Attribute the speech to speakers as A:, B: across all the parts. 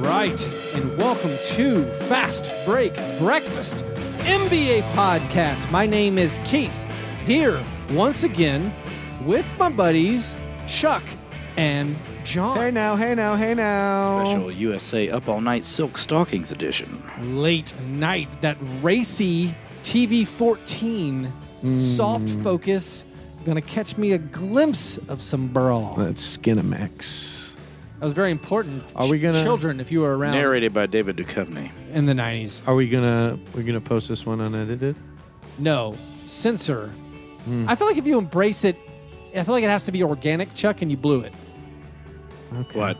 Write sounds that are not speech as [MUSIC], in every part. A: right, and welcome to Fast Break Breakfast NBA Podcast. My name is Keith, here once again with my buddies Chuck and John.
B: Hey now, hey now, hey now.
C: Special USA Up All Night Silk Stockings Edition.
A: Late night, that racy TV 14
B: Mm.
A: soft focus. Gonna catch me a glimpse of some brawl. That
B: That's Skinamax.
A: was very important. for
B: Are we
A: ch-
B: gonna-
A: children if you were around
C: Narrated by David Duchovny.
A: in the nineties?
B: Are we gonna we're gonna post this one unedited?
A: No, censor.
B: Hmm.
A: I feel like if you embrace it, I feel like it has to be organic, Chuck, and you blew it.
B: Okay.
C: What?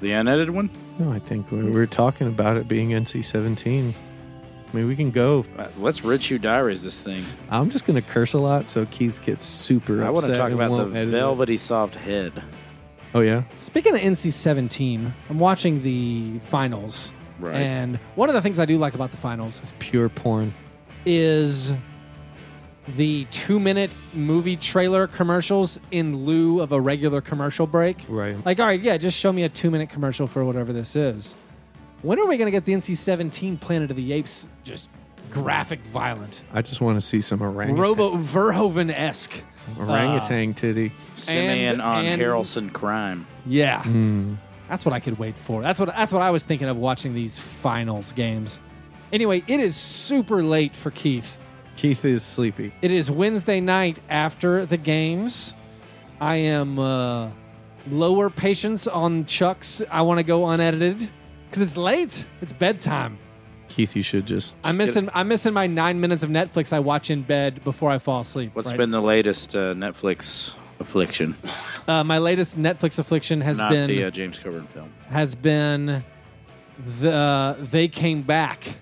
C: The unedited one?
B: No, I think we we were talking about it being NC-17. I mean, we can go.
C: Uh, Let's Red Shoe Diaries this thing.
B: I'm just gonna curse a lot, so Keith gets super upset.
C: I want to talk
B: and
C: about
B: won't
C: the
B: edit it.
C: velvety soft head.
B: Oh yeah,
A: Speaking of NC seventeen, I'm watching the finals,
C: Right.
A: and one of the things I do like about the finals
B: it's pure porn.
A: is the two minute movie trailer commercials in lieu of a regular commercial break.
B: Right.
A: Like, all right, yeah, just show me a two minute commercial for whatever this is. When are we going to get the NC 17 Planet of the Apes just graphic violent?
B: I just want to see some orangutan,
A: Robo Verhoeven esque.
B: orangutan titty.
C: Simeon on
A: and-
C: Harrelson crime.
A: Yeah.
C: Hmm.
A: That's what I could wait for. That's what that's what I was thinking of watching these finals games. Anyway, it is super late for Keith.
B: Keith is sleepy.
A: It is Wednesday night after the games. I am uh, lower patience on Chuck's. I want to go unedited because it's late. It's bedtime.
B: Keith, you should just.
A: I'm missing. I'm missing my nine minutes of Netflix I watch in bed before I fall asleep.
C: What's
A: right?
C: been the latest uh, Netflix affliction?
A: uh, my latest Netflix affliction has
C: Not
A: been
C: the uh, James Coburn film.
A: has been the they came back.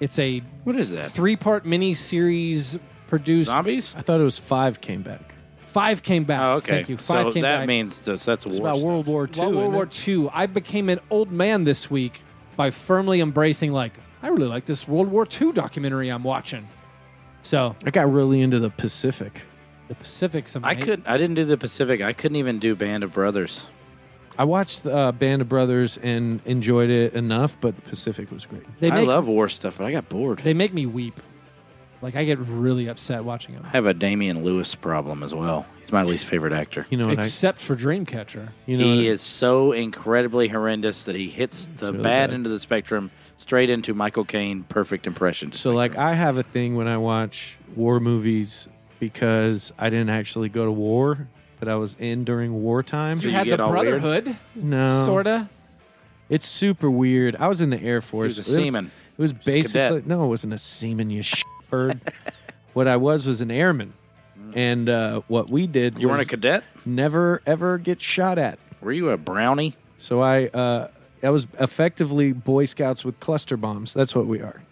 A: It's a
C: What is that?
A: three part mini series produced.
C: Zombies?
B: I thought it was five came back.
A: Five came back.
C: Oh, okay.
A: Thank you. Five
C: so
A: came
C: that
A: back.
C: means this, that's
B: It's
C: war.
B: about
C: stuff.
B: World War II.
A: Well, World
B: isn't
A: War
B: it?
A: II. I became an old man this week by firmly embracing, like, I really like this World War II documentary I'm watching. So
B: I got really into the Pacific.
A: the Pacific's
C: I could. I didn't do the Pacific. I couldn't even do Band of Brothers.
B: I watched uh, Band of Brothers and enjoyed it enough, but the Pacific was great.
A: They
C: I
A: make,
C: love war stuff, but I got bored.
A: They make me weep. Like I get really upset watching them,
C: I have a Damian Lewis problem as well. He's my least favorite actor.
B: You know what I?
A: except for Dreamcatcher.
B: You know what
C: he
B: I-
C: is so incredibly horrendous that he hits the
B: really
C: bad
B: bad.
C: end of the spectrum straight into Michael Caine perfect impression.
B: So like I have a thing when I watch war movies because I didn't actually go to war, but I was in during wartime.
C: So
A: you
C: you
A: had the
C: get all weird?
A: Brotherhood,
B: no,
A: sorta.
B: It's super weird. I was in the Air Force.
C: was a
B: It was-
C: seaman.
B: It was basically
C: cadet.
B: no, it wasn't a seaman. You
C: [LAUGHS]
B: bird. what I was was an airman, and uh, what we did
C: Mm. you
B: was
C: weren't a cadet?
B: never ever get shot at.
C: Were you a brownie?
B: So I uh, I was effectively Boy Scouts with cluster bombs. That's what we are.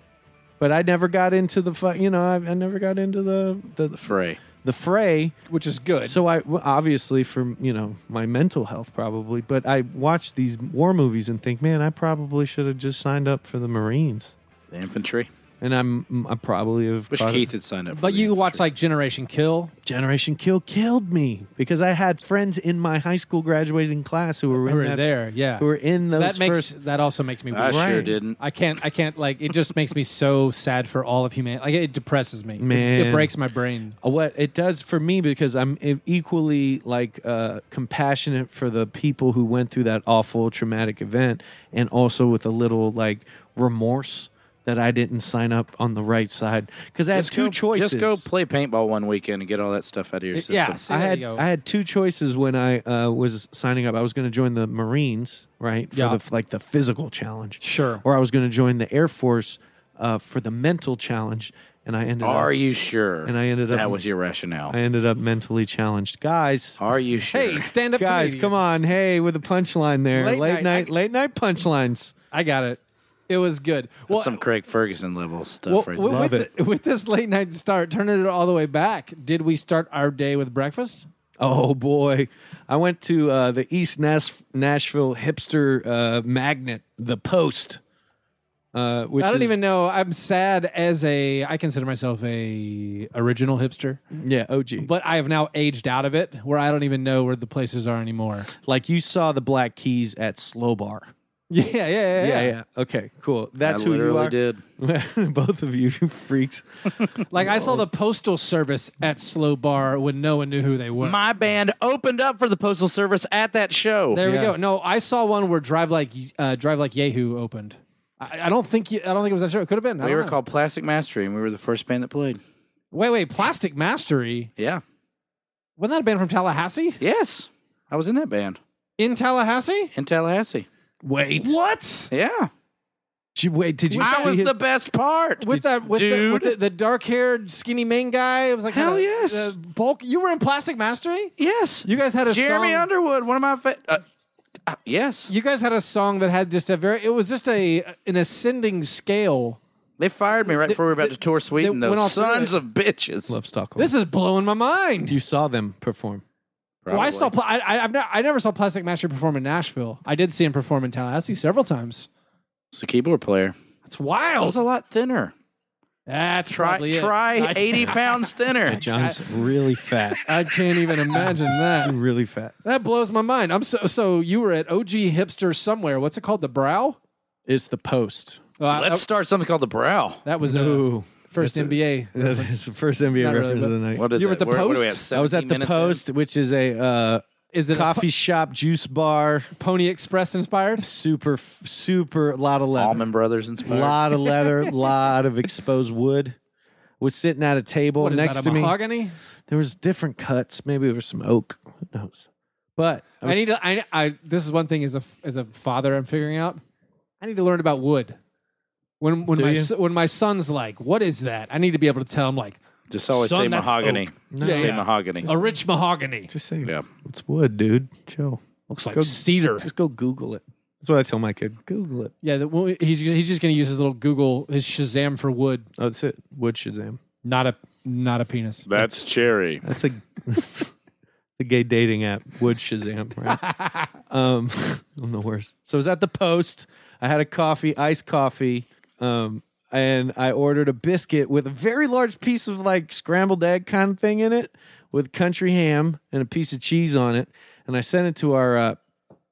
B: But I never got into the fu- you know I, I never got into the the
C: Fray.
B: the fray.
A: which is good.
B: So I well, obviously for you know my mental health probably, but I watch these war movies and think, man, I probably should have just signed up for the Marines.
C: The infantry.
B: And I'm I probably have.
C: Wish
B: caught it.
C: Keith had signed up. For
A: but
C: the
A: you
C: infantry.
A: watch like Generation Kill,
B: Generation Kill killed me because I had friends in my high school graduating class who were
A: who
B: in
A: were
B: that,
A: there, yeah.
B: who were in those
A: that makes
B: first.
A: that also makes me weep.
C: I sure
B: Right.
C: didn't.
A: I can't. I can't. Like it just makes me so sad for all of humanity. Like it depresses me. It- it,
B: Man.
A: breaks my brain.
B: what it does for me because I'm e- equally like uh, compassionate for the people who went through that awful traumatic event, and also with a little like remorse that I didn't sign up on the right side because I had
C: Just
B: two
C: go-
B: choices.
C: Just go play paintball one weekend and get all that stuff out of your
A: It-
C: system.
A: yeah, see,
B: I
A: there
B: had
A: you go.
B: I had two choices when I uh, was signing up. I was going to join the Marines, right, for
A: Yeah.
B: the like the physical challenge,
A: Sure.
B: or I was going to join the Air Force uh, for the mental challenge, and I ended
C: Are
B: up
C: you sure?
B: And I ended up-
C: That was your rationale.
B: I ended up mentally challenged, guys.
C: Are you sure?
A: hey, stand up,
B: Guys,
A: comedian.
B: come on. Hey, with a punchline there.
A: Late
B: Late,
A: night,
B: night,
A: I-
B: late night punchlines.
A: I got it. It was good. Well, uh,
C: some Craig Ferguson level stuff
A: well,
C: right
A: with,
B: Love
A: with the- with this late night start, turning it all the way back. Did we start our day with breakfast?
B: Oh boy. I went to uh, the East Nas- Nashville hipster uh, magnet, The Post. Uh, which
A: I don't
B: is-
A: even know. I'm sad as a. I consider myself a original hipster,
B: yeah OG. But
A: but I have now aged out of it, where I don't even know where the places are anymore.
B: like you saw the Black Keys at Slow Bar.
A: Yeah, yeah, yeah,
B: Yeah,
A: yeah.
B: yeah. Okay, cool. That's
C: I
B: who you
C: literally
B: are. [LAUGHS]
C: did.
B: Both of you, you freaks.
A: Like I saw the postal service at Slow Bar when no one knew who they were.
C: My band opened up for the Postal Service at that show.
A: there we
B: Yeah.
A: go. No, I saw one where Drive Like uh, Drive Like Yahoo opened. I, I don't think you, I don't think it was that show. It could have been. I
C: we
A: don't
C: were
A: know.
C: called Plastic Mastery, and we were the first band that played.
A: Wait, wait. Plastic Mastery
C: Yeah.
A: wasn't that a band from Tallahassee?
C: Yes. I was in that band
A: In Tallahassee?
C: in Tallahassee.
B: Wait,
A: What?
C: Yeah.
B: Did you- wait, did you?
C: I
B: see
C: was
B: his-
C: the best part.
A: With that, with, the, with
C: Dude.
A: the, the dark-haired, skinny main guy, it was like
C: Hell
A: kinda-
C: yes.
A: uh, bulk. You were in Plastic Mastery.
C: yes.
A: You guys had a
C: Jeremy
A: song.
C: Underwood, one of my fa- uh, uh, yes.
A: you guys had a song that had just a very. It was just a an ascending scale.
C: They fired me right before we were about to tour Sweden.
A: they went
C: Those
A: off through
C: sons
A: it.
C: of bitches.
B: Love Stockholm.
A: This is blowing my mind.
B: you saw them perform.
A: Well, I
C: Probably.
A: saw. Pla- I, I, I've never, I never saw Plastic Master perform in Nashville. I did see him perform in Tallahassee several times.
C: It's a keyboard player.
A: That's
C: I
A: wild.
C: was a lot thinner.
A: That's probably
C: Try
A: it.
C: try
A: I-
C: eighty pounds thinner.
B: John's really fat.
A: [LAUGHS] I can't even imagine
B: He's
A: that.
B: [LAUGHS] really fat.
A: That blows my mind. I'm so so. You were at OG Hipster somewhere. What's it called? The Brow.
B: It's the post.
A: Uh,
C: Let's start something called the brow.
A: that, that was a
B: Ooh,
A: first
B: that's a-
A: NBA.
B: that is the first NBA
A: Not really,
B: reference of the night.
C: What is
A: You were
C: it?
A: at the
C: Where- what are we
A: Post?
B: I was at
C: 17
B: the
C: minutes in?
B: post, which is a uh,
A: Is it
B: coffee shop, juice bar,
A: a Pony Express inspired?
B: super, super lot of leather,
C: Almond Brothers inspired.
B: lot of leather,
C: [LAUGHS]
B: lot of exposed wood. Was sitting at a table
A: What is
B: next
A: that,
B: to
A: a
B: me.
A: mahogany?
B: There was different cuts. Maybe there was some oak. Who knows? But I,
A: I
B: was-
A: need to. I, I this is one thing as a as a father I'm figuring out. I need to learn about wood. When when
B: Do
A: my
B: you?
A: s- when my son's like, "What is that?" I need to be able to tell him like
C: Just always
A: Son,
C: say
A: that's
C: mahogany.
A: oak.
B: No.
A: Yeah,
C: say
A: yeah.
C: mahogany.
A: a rich mahogany.
B: just say
C: Yeah.
B: it's wood, dude. Chill.
A: Looks like
B: go-
A: cedar.
B: Just go Google it. That's what I tell my kid. Google it.
A: Yeah, the, well, he's he's just going to use his little Google his Shazam for wood.
B: Oh, that's it. Wood Shazam.
A: Not a not a penis.
C: That's cherry.
B: That's a [LAUGHS] the gay dating app, Wood Shazam, right? um, [LAUGHS] I'm the worst. So I was at the post. I had a coffee, iced coffee, um, and I ordered a biscuit with a very large piece of like scrambled egg kind of thing in it, with country ham and a piece of cheese on it. And I sent it to our uh,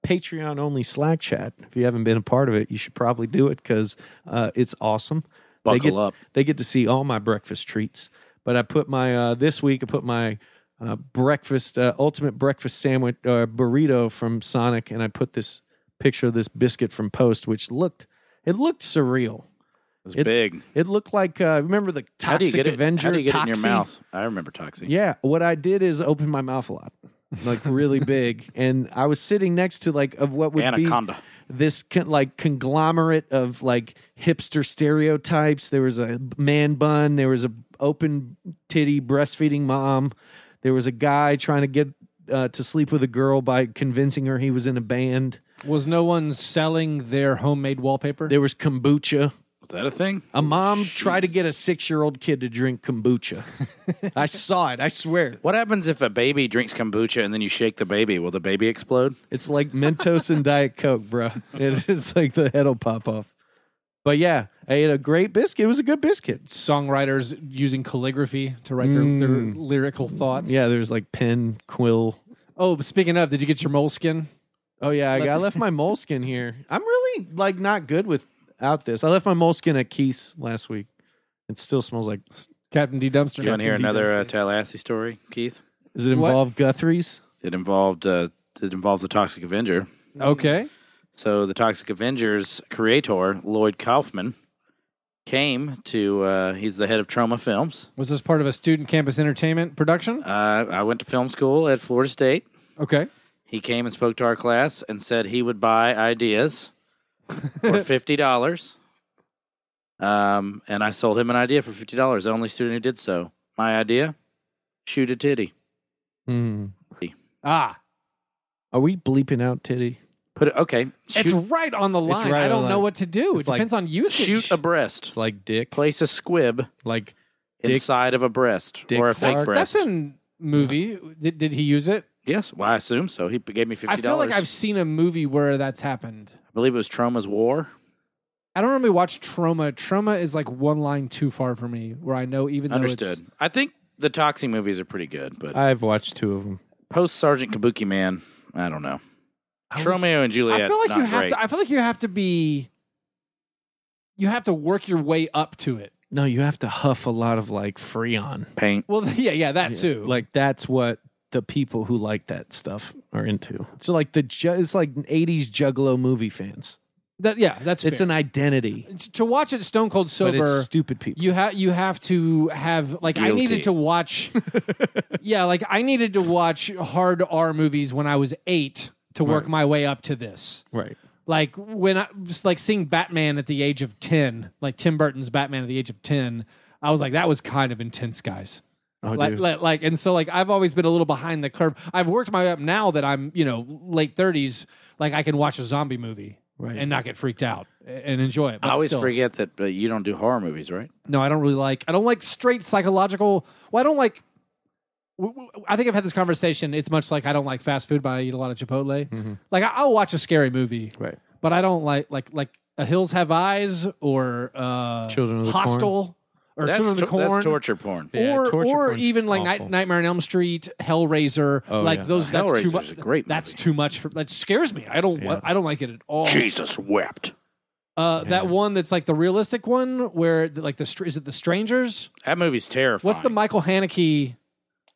B: Patreon only Slack chat. If you haven't been a part of it, you should probably do it because uh, it's awesome. they
C: Buckle
B: get,
C: up.
B: They get to see all my breakfast treats. But I put my uh, this week. I put my uh, breakfast uh, ultimate breakfast sandwich uh, burrito from Sonic, and I put this picture of this biscuit from Post, which looked it looked surreal.
C: It's
B: It-
C: big.
B: It looked like uh, remember the Toxic
C: How do you get it?
B: Avenger?
C: How do you get it in your
B: Toxie?
C: mouth? I remember Toxie.
B: Yeah, what I did is open my mouth a lot, like
C: [LAUGHS]
B: really big, and I was sitting next to like of what would
C: Anaconda.
B: be this con- like conglomerate of like hipster stereotypes. There was a man bun. There was a open titty breastfeeding mom. There was a guy trying to get uh, to sleep with a girl by convincing her he was in a band.
A: Was no one selling their homemade wallpaper?
B: There was kombucha.
C: Was that a thing?
B: A mom tried to get a six-year-old kid to drink kombucha. I saw it. I swear.
C: What happens if a baby drinks kombucha and then you shake the baby? Will the baby explode?
B: It's like Mentos and Diet Coke, bro. It is like the head'll pop off. But yeah, I ate a great biscuit. It was a good biscuit.
A: Songwriters using calligraphy to write their, their lyrical thoughts.
B: Mm. Yeah, there's like pen, quill.
A: Oh, but speaking of, did you get your moleskin?
B: Oh yeah, I, got, I left [LAUGHS] my moleskin here. I'm really like not good without this. I left my moleskin at Keith's last week. It still smells like.
A: Captain D Dumpster.
C: You want to hear
B: Captain D
C: another uh,
B: does
C: Tallahassee story, Keith?
B: Does it
A: What?
B: involve Guthrie's?
C: It involved uh, it involves the Toxic Avenger.
A: Okay.
C: So the Toxic Avengers creator Lloyd Kaufman came to. Uh, he's the head of Trauma Films.
A: Was this part of a student campus entertainment production?
C: Uh, I went to film school at Florida State.
A: Okay.
C: He came and spoke to our class and said he would buy ideas
A: [LAUGHS]
C: for fifty dollars. Um, and I sold him an idea for fifty dollars. The only student who did so. My idea: shoot a titty.
B: Hmm.
A: Ah,
B: Are we bleeping out titty?
C: Put it okay.
A: it's
C: Shoot,
A: right on the line.
B: right
A: I
B: on
A: don't
B: the
A: know
B: line.
A: what to do.
B: It's
A: it
B: like,
A: depends on usage.
C: shoot a breast.
B: It's like dick,
C: Place a squib
B: like Dick-
C: inside of a breast
B: Dick
C: or a
B: Clark?
C: fake breast.
A: That's in movie. Did, did he use it?
C: yes, well, I assume so. He gave me fifty
A: I
C: dollars.
A: feel like I've seen a movie where that's happened.
C: believe it was Trauma's War.
A: I don't really watch Trauma. Trauma is like one line too far for me, where I know even though it's
C: Understood. I think the Toxie movies are pretty good, but
B: I've watched two of them.
C: post Sergeant Kabuki Man, I don't know.
B: I was-
C: Romeo and Juliet.
A: I feel like
C: not
A: you have
C: great.
A: to. I feel like you have to be. You have to work your way up to it.
B: No, you have to huff a lot of like Freon.
C: paint.
A: Well, [LAUGHS] yeah, yeah, that too.
B: Like that's what the people who like that stuff are into. So like the ju- it's like 80s juggalo movie fans.
A: that, yeah, that's
B: It's an identity.
A: an to watch it stone cold
B: But
A: sober.
B: it's stupid people.
A: You have you have to have like I
C: Guilty.
A: needed to watch. yeah, like I needed to watch hard R movies when I was eight to work my way up to this.
B: right.
A: like when I was like seeing Batman at the age of 10, like Tim Burton's Batman at the age of 10, I was like, that was kind of intense, guys.
B: Oh,
A: like,
B: dude.
A: like, like, and so like I've always been a little behind the curve. I've worked my way up now that I'm, you know, late 30s, like I can watch a zombie movie
B: Right.
A: and not get freaked out and enjoy it. But
C: I always
A: still,
C: forget that but you don't do horror movies, right?
A: No, I don't really like, I don't like straight psychological. Well, I don't like, w- w- I think I've had this conversation. It's much like I don't like fast food, but I eat a lot of Chipotle.
B: Mm-hmm.
A: Like I- I'll watch a scary movie
B: Right.
A: but I don't like like like a Hills Have Eyes or uh,
B: Children of the
A: Hostile or
C: That's,
A: Children of the
C: tor- that's
A: Corn.
C: torture porn.
B: Yeah,
A: or,
B: torture
A: or
B: porn's
A: even like
B: awful.
A: Night, Nightmare on Elm Street, Hellraiser,
B: Oh,
A: like
B: yeah.
A: those. That's too
C: Hellraiser's
A: much.
C: a great
A: That's
C: movie.
A: too much for that scares me. I don't.
B: Yeah.
A: I don't like it at all.
C: Jesus wept.
A: Uh, That
B: Yeah.
A: one that's like the realistic one where like the str- is it the Strangers?
C: That movie's terrifying.
A: What's the Michael Haneke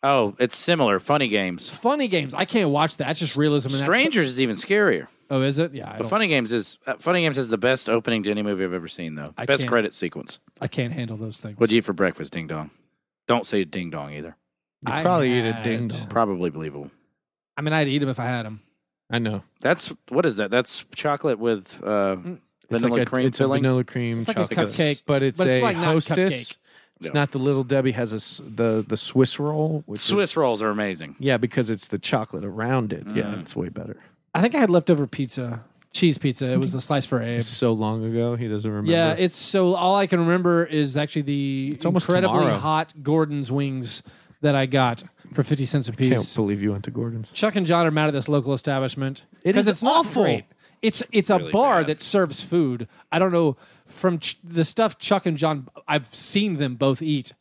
C: Oh, it's similar. Funny games.
A: funny games? I can't watch that. It's just realism. And that's-
C: Strangers is even scarier.
A: Oh, is it? Yeah, I,
C: But
A: don't,
C: Funny Games is uh, Funny Games has the best opening to any movie I've ever seen, though.
A: I
C: best
A: can't-
C: credit sequence.
A: I can't handle those things.
C: What'd you eat for breakfast, Ding Dong? Don't say Ding Dong either.
B: You
A: I
B: probably eat a
A: had-
B: ding. dong.
C: Probably believable.
A: I mean, I'd eat them if I had them.
B: I know.
C: That's what is that? That's chocolate with uh,
A: Mm.
B: It's
C: vanilla
B: like a,
C: cream
B: it's a
C: filling.
B: vanilla cream
A: It's like a
B: chocolate,
A: cupcake,
B: but it's
A: but it's
B: a
A: like not
B: hostess.
A: cupcake.
B: It's
C: No.
B: not the little Debbie has a s- the the Swiss roll. Which
C: Swiss
B: Is,
C: rolls are amazing.
B: yeah, because it's the chocolate around it.
C: Mm.
B: Yeah, it's way better.
A: I think I had leftover pizza, cheese pizza. It was the slice for Abe.
B: It's so long ago, he doesn't remember.
A: Yeah, it's so all I can remember is actually the it's
B: almost
A: incredibly
B: tomorrow.
A: hot Gordon's wings that I got for fifty cents a
B: can't
A: piece.
B: believe you went to Gordon's.
A: Chuck and John are mad at this local establishment
B: It
A: because
B: is
A: it's not
B: awful.
A: great. It's it's a
C: really
A: bar
C: bad.
A: that serves food. I don't know from ch- the stuff Chuck and John. I've seen them both eat.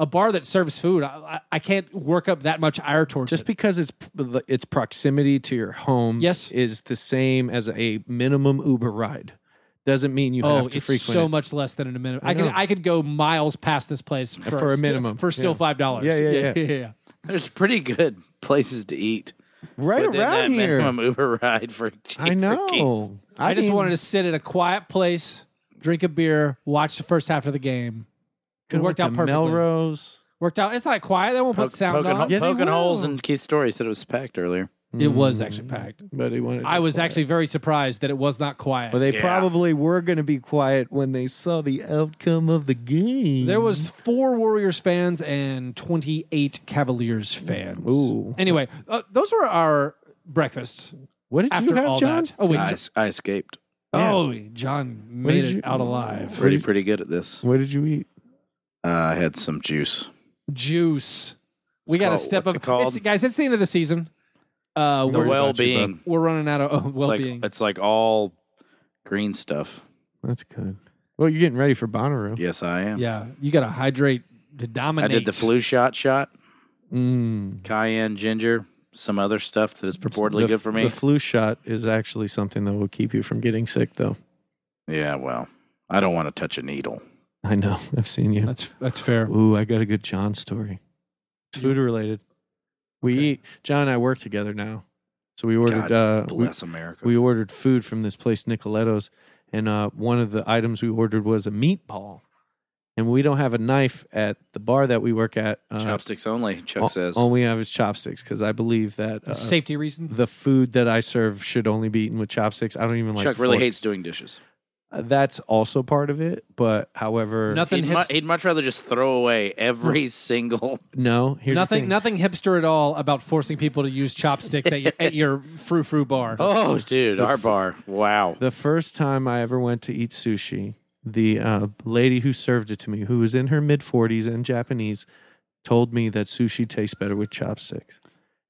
A: A bar that serves food, I, I, I can't work up that much ire towards
B: Just
A: it.
B: because it's p- its proximity to your home,
A: Yes.
B: is the same as a minimum Uber ride. Doesn't mean you
A: Oh,
B: have to
A: it's
B: frequent
A: so
B: it.
A: much less than in a minute. I,
B: I
A: can
B: know.
A: I could go miles past this place for,
B: For a
A: sti-
B: minimum.
A: for still
B: Yeah.
A: five dollars.
B: Yeah, yeah, yeah.
A: [LAUGHS] yeah.
C: There's pretty good [LAUGHS] places to eat
B: right
C: within that
B: around here.
C: minimum Uber ride for. [LAUGHS]
B: I know.
A: I, just
B: mean,
A: wanted to sit in a quiet place, drink a beer, watch the first half of the game. It
B: could've
A: worked out
B: went to
A: perfectly.
B: Melrose.
A: Worked out. It's not quiet. They won't put sound
C: poking,
A: on.
B: Yeah, they
C: poking
B: will.
C: holes in Keith's story. He Said it was packed earlier.
A: It
C: Mm.
A: was actually packed.
B: But he wanted.
A: I
B: to
A: was
B: quiet.
A: actually very surprised that it was not quiet.
B: Well, they
C: Yeah.
B: probably were going to be quiet when they saw the outcome of the game.
A: There was four Warriors fans and twenty eight Cavaliers fans.
B: Ooh.
A: Anyway, uh, those were our breakfasts.
B: What did
A: After
B: you have,
A: all
B: John?
A: that, oh wait,
C: I,
A: Jo-
C: es- I escaped.
B: Yeah.
A: oh John made
B: did
A: it
B: you-
A: out alive.
C: Pretty pretty good at this.
B: What did you eat?
C: Uh, I had some juice.
A: Juice. We
C: It's
A: got to
C: called-
A: step
C: what's
A: up,
C: it called?
A: It's- guys. It's the end of the season. Uh,
B: Don't
C: The
A: we're,
B: worry about you,
C: well being.
B: bub.
A: we're running out of oh, well being.
C: Like, it's like all green stuff.
B: That's good. Well, you're getting ready for Bonnaroo.
C: Yes, I am.
A: Yeah, you got to hydrate to
C: I
A: dominate.
C: did the flu shot shot,
B: Mm.
C: cayenne, ginger, some other stuff that is purportedly
B: The-
C: good for me.
B: The flu shot is actually something that will keep you from getting sick, though.
C: yeah, well, I don't want to touch a needle.
B: I know. [LAUGHS] I've seen you.
A: That's that's fair.
B: Ooh, I got a good John story. It's food related. We
A: Okay.
B: eat. John and I work together now, so we ordered.
C: God
B: uh, we-
C: Bless America.
B: we ordered food from this place Nicoletto's, and uh, one of the items we ordered was a meatball, and we don't have a knife at the bar that we work at. Uh, oh,
C: Chopsticks only, Chuck
B: o-
C: says.
B: only have is chopsticks because I believe that uh,
A: Safety reasons.
B: the food that I serve should only be eaten with chopsticks. I don't even like.
C: Chuck really
B: fork.
C: hates doing dishes.
B: Uh, That's also part of it, but however,
A: Nothing.
C: He'd, mu-
A: Hipster,
C: he'd much rather just throw away every single. [LAUGHS]
B: no. Here's the
A: nothing.
B: thing.
A: Nothing hipster at all about forcing people to use chopsticks at your, at your frou frou [LAUGHS] bar.
C: Oh, dude, our bar. Wow.
B: The first time I ever went to eat sushi, the uh, lady who served it to me, who was in her mid 40s and Japanese, told me that sushi tastes better with chopsticks.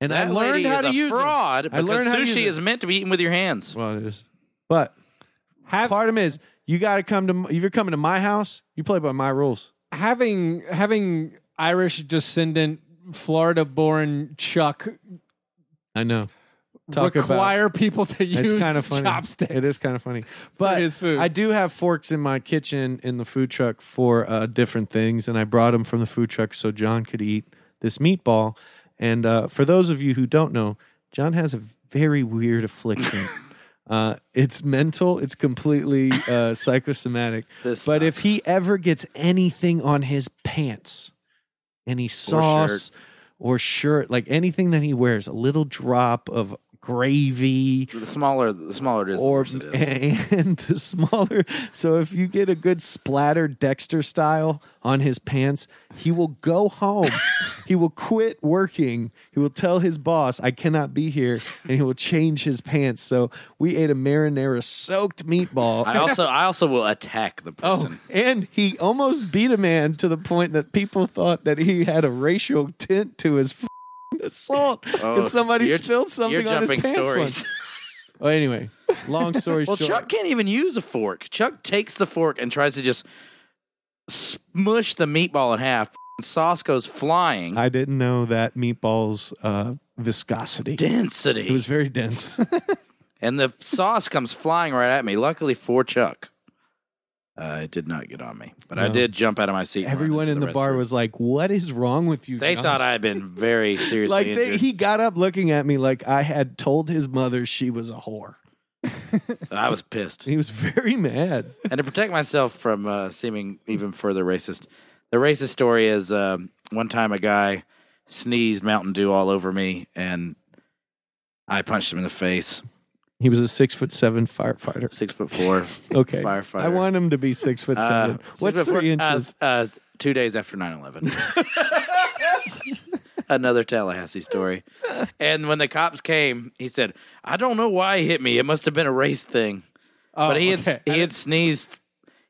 B: And I
C: That
B: learned
C: lady
B: how
C: is
B: to
C: a
B: use
C: fraud
B: it.
C: because sushi is meant to be eaten with your hands.
B: Well, it is. But
A: Have-
B: part of it is you got to come to, m- if you're coming to my house, you play by my rules.
A: having having Irish descendant, Florida born Chuck
B: I know. talk about.
A: require people to use
B: It's kind of funny.
A: chopsticks.
B: It is kind of funny, but
A: his food.
B: I do have forks in my kitchen in the food truck for uh, different things, and I brought them from the food truck so John could eat this meatball. And uh, for those of you who don't know, John has a very weird affliction. uh, it's mental. It's completely uh, psychosomatic.
C: This
B: But
C: sucks.
B: if he ever gets anything on his pants, any sauce or shirt, like anything that he wears, a little drop of gravy
C: the smaller the smaller it is, the
B: or
C: worse it is.
B: and [LAUGHS] the smaller. So if you get a good splatter Dexter style on his pants, he will go
C: [LAUGHS]
B: home. he will quit working. He will tell his boss, "I cannot be here," and he will change his pants. So we ate a marinara soaked meatball.
C: I also I also will attack the
B: [LAUGHS] Oh,
C: person.
B: and he almost beat a man to the point that people thought that he had a racial tint to his f***ing assault because
C: Oh,
B: somebody
C: you're-
B: spilled
C: You're
B: something on his
C: jumping
B: pants.
C: stories.
B: Once. Oh, anyway, long story
C: [LAUGHS] Well,
B: short,
C: Chuck can't even use a fork. Chuck takes the fork and tries to just smush the meatball in half. Sauce goes flying.
B: I didn't know that meatballs uh, viscosity.
C: Density.
B: It was very
C: [LAUGHS]
B: dense.
C: and the sauce comes flying right at me. Luckily for Chuck, uh, it did not get on me, but I
B: No.
C: did jump out of my seat. and run
B: Everyone
C: into
B: in the bar
C: restroom.
B: was like, "What is wrong with you?"
C: They
B: John?"
C: thought I had been
B: [LAUGHS]
C: very seriously
B: like they,
C: injured.
B: he got up looking at me like I had told his mother she was a whore.
C: I was pissed.
B: He was [LAUGHS] very mad.
C: and to protect myself from uh, seeming even further racist, the racist story is um, one time a guy sneezed Mountain Dew all over me, and I punched him in the face.
B: He was a six foot seven firefighter.
C: Six foot four.
B: [LAUGHS] Okay.
C: Firefighter.
B: I want him to be six foot seven.
C: Uh, six
B: What's
C: foot four-
B: three
C: uh,
B: inches?
C: Uh, two days after 9 11. [LAUGHS] Another Tallahassee story. And when the cops came, he said, I don't know why he hit me. It must have been a race thing.
A: Oh,
C: but he had,
A: okay.
C: he had sneezed.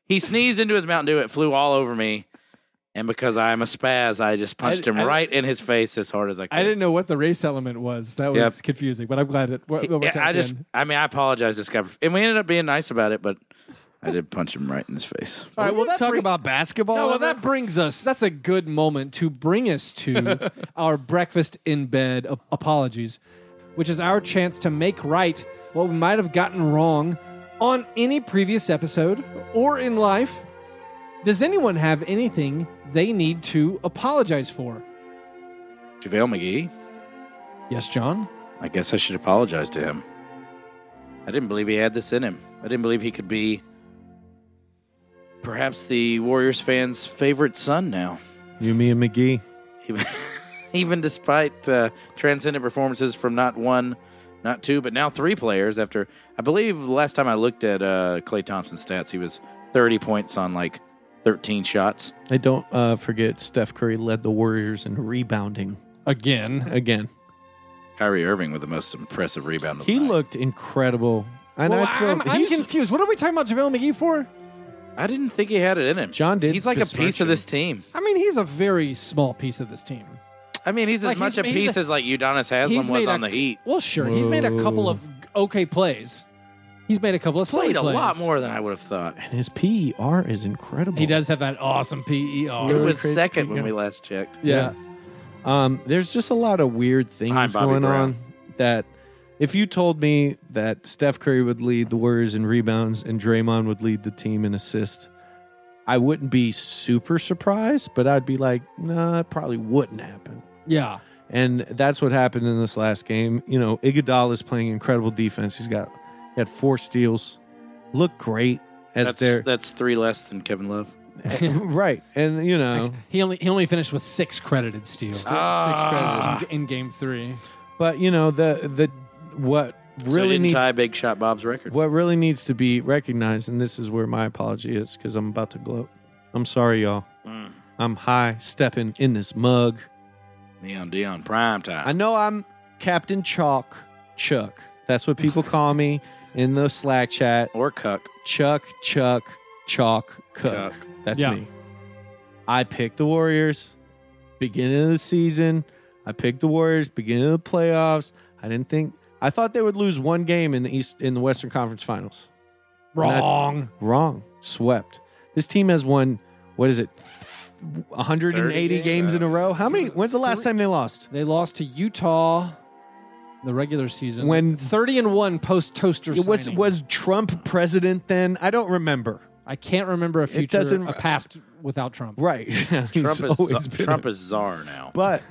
C: He sneezed into his Mountain Dew. It flew all over me. And because I'm a spaz, I just punched
A: I-
C: him
A: I-
C: right in his face as hard as I could.
A: I didn't know what the race element was. That was
C: Yep.
A: confusing, but I'm glad it. wor-
C: He-
A: worked out
C: I
A: in
C: just,
A: the end.
C: I mean, I apologize to this guy. And we ended up being nice about it, but I did punch him right in his face.
A: All right. Well, that
B: talk
A: bring-
B: about basketball.
A: No, well,
B: ever?
A: that brings us. That's a good moment to bring us
B: [LAUGHS]
A: to our breakfast in bed ap- apologies, which is our chance to make right what we might have gotten wrong on any previous episode or in life. Does anyone have anything they need to apologize for?
C: JaVale McGee.
A: Yes, John.
C: I guess I should apologize to him. I didn't believe he had this in him. I didn't believe he could be perhaps the Warriors fans' favorite son now.
B: you, me, and McGee.
C: Even, [LAUGHS] even despite uh, transcendent performances from not one, not two, but now three players after, I believe last time I looked at uh, Clay Thompson's stats, he was 30 points on like 13 shots.
B: I don't uh, forget Steph Curry led the Warriors in rebounding
A: Again.
B: again.
C: Kyrie Irving with the most impressive rebound of the
B: He
C: night.
B: looked incredible, and
A: well,
B: I feel
A: I'm, I'm
B: he's-
A: confused. What are we talking about JaVale McGee for?
C: I didn't think he had it in him.
B: John did
C: He's like a
B: besmirch
C: piece of
B: him.
C: this team.
A: I mean, he's a very small piece of this team.
C: I mean, he's
A: Like,
C: as much
A: he's-
C: a
A: he's
C: piece
A: a-
C: as like Udonis Haslam was on the Heat.
A: Well, sure. He's made a couple of okay plays. He's made a couple of
C: Played
A: silly
C: a
A: plays.
C: lot more than I would have thought.
B: and his PER is incredible.
A: He does have that awesome PER.
C: It
B: Really
C: was
B: crazy
C: second
B: figure.
C: when we last checked.
A: yeah.
B: Um, there's just a lot of weird things
C: Behind Bobby
B: going
C: Brown.
B: on that if you told me that Steph Curry would lead the Warriors in rebounds and Draymond would lead the team in assists, I wouldn't be super surprised, but I'd be like, nah, it probably wouldn't happen.
A: Yeah.
B: And that's what happened in this last game. You know, Iguodala is playing incredible defense. He's got he had four steals, looked great as
C: That's
B: their
C: that's three less than Kevin Love.
B: [LAUGHS] right. And
C: [LAUGHS]
B: you know,
A: He only he only finished with six credited steals
C: Ah.
A: in, in game three.
B: but you know the the what
C: so he
B: really
C: didn't
B: needs
C: tie Big Shot Bob's record.
B: What really needs to be recognized, and this is where my apology is because I'm about to gloat. I'm sorry, y'all.
C: Mm.
B: I'm high stepping in this mug.
C: Neon Dion prime time.
B: I know I'm Captain Chalk Chuck. That's what people call me in the Slack chat.
C: or Cuck.
B: Chuck, Chuck, Chalk, Cook.
C: Cuck.
B: That's
A: Yeah.
B: me. I picked the Warriors beginning of the season. I picked the Warriors beginning of the playoffs. I didn't think I thought they would lose one game in the East in the Western Conference Finals.
A: Wrong.
B: Wrong. Swept. This team has won, what is it, 180
C: 30
B: games in a row? How many? When's the last time they lost?
A: They lost to Utah the regular season.
B: When-
A: 30 and 1 post toaster
B: It was
A: signing.
B: was Trump president then? I don't remember.
A: I can't remember a future
B: doesn't-
A: a past without Trump.
B: Right. [LAUGHS] Trump
C: Trump is Trump is czar now.
B: But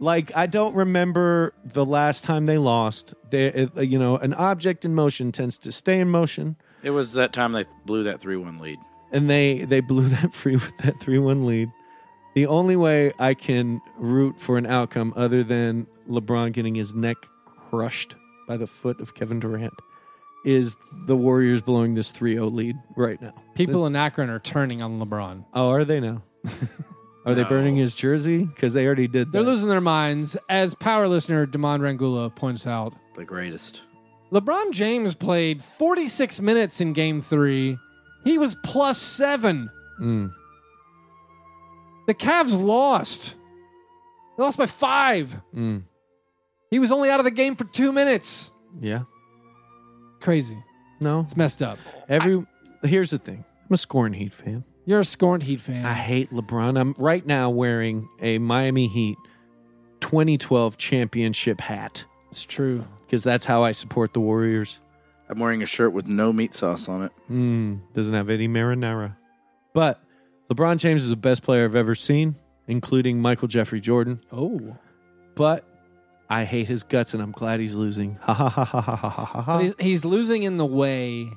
B: like I don't remember the last time they lost. They it- you know, an object in motion tends to stay in motion
C: It was that time they blew that three-one lead.
B: and they they blew [LAUGHS] that free with that 3-1 lead. The only way I can root for an outcome other than LeBron getting his neck crushed by the foot of Kevin Durant is the Warriors blowing this 3-0 lead right now.
A: People in Akron are turning on LeBron.
B: Oh, are they now? [LAUGHS] are they
C: No.
B: burning his jersey? Because they already did that.
A: They're losing their minds, as power listener Damon Rangula points out.
C: The greatest.
A: LeBron James played 46 minutes in game three. He was plus seven.
B: Mm.
A: The Cavs lost. They lost by five.
B: Mm.
A: He was only out of the game for two minutes.
B: Yeah.
A: Crazy.
B: No.
A: It's messed up.
B: Every here's the thing. I'm a scorn Heat fan.
A: You're a scorned Heat fan.
B: I hate LeBron. I'm right now wearing a Miami Heat 2012 championship hat
A: it's true.
B: because that's how I support the Warriors.
C: I'm wearing a shirt with no meat sauce on it.
B: Mm, doesn't have any marinara. But LeBron James is the best player I've ever seen, including Michael Jeffrey Jordan.
A: Oh.
B: But I hate his guts, and I'm glad he's losing. Ha ha ha ha ha ha ha ha.
A: But he's, he's losing in the way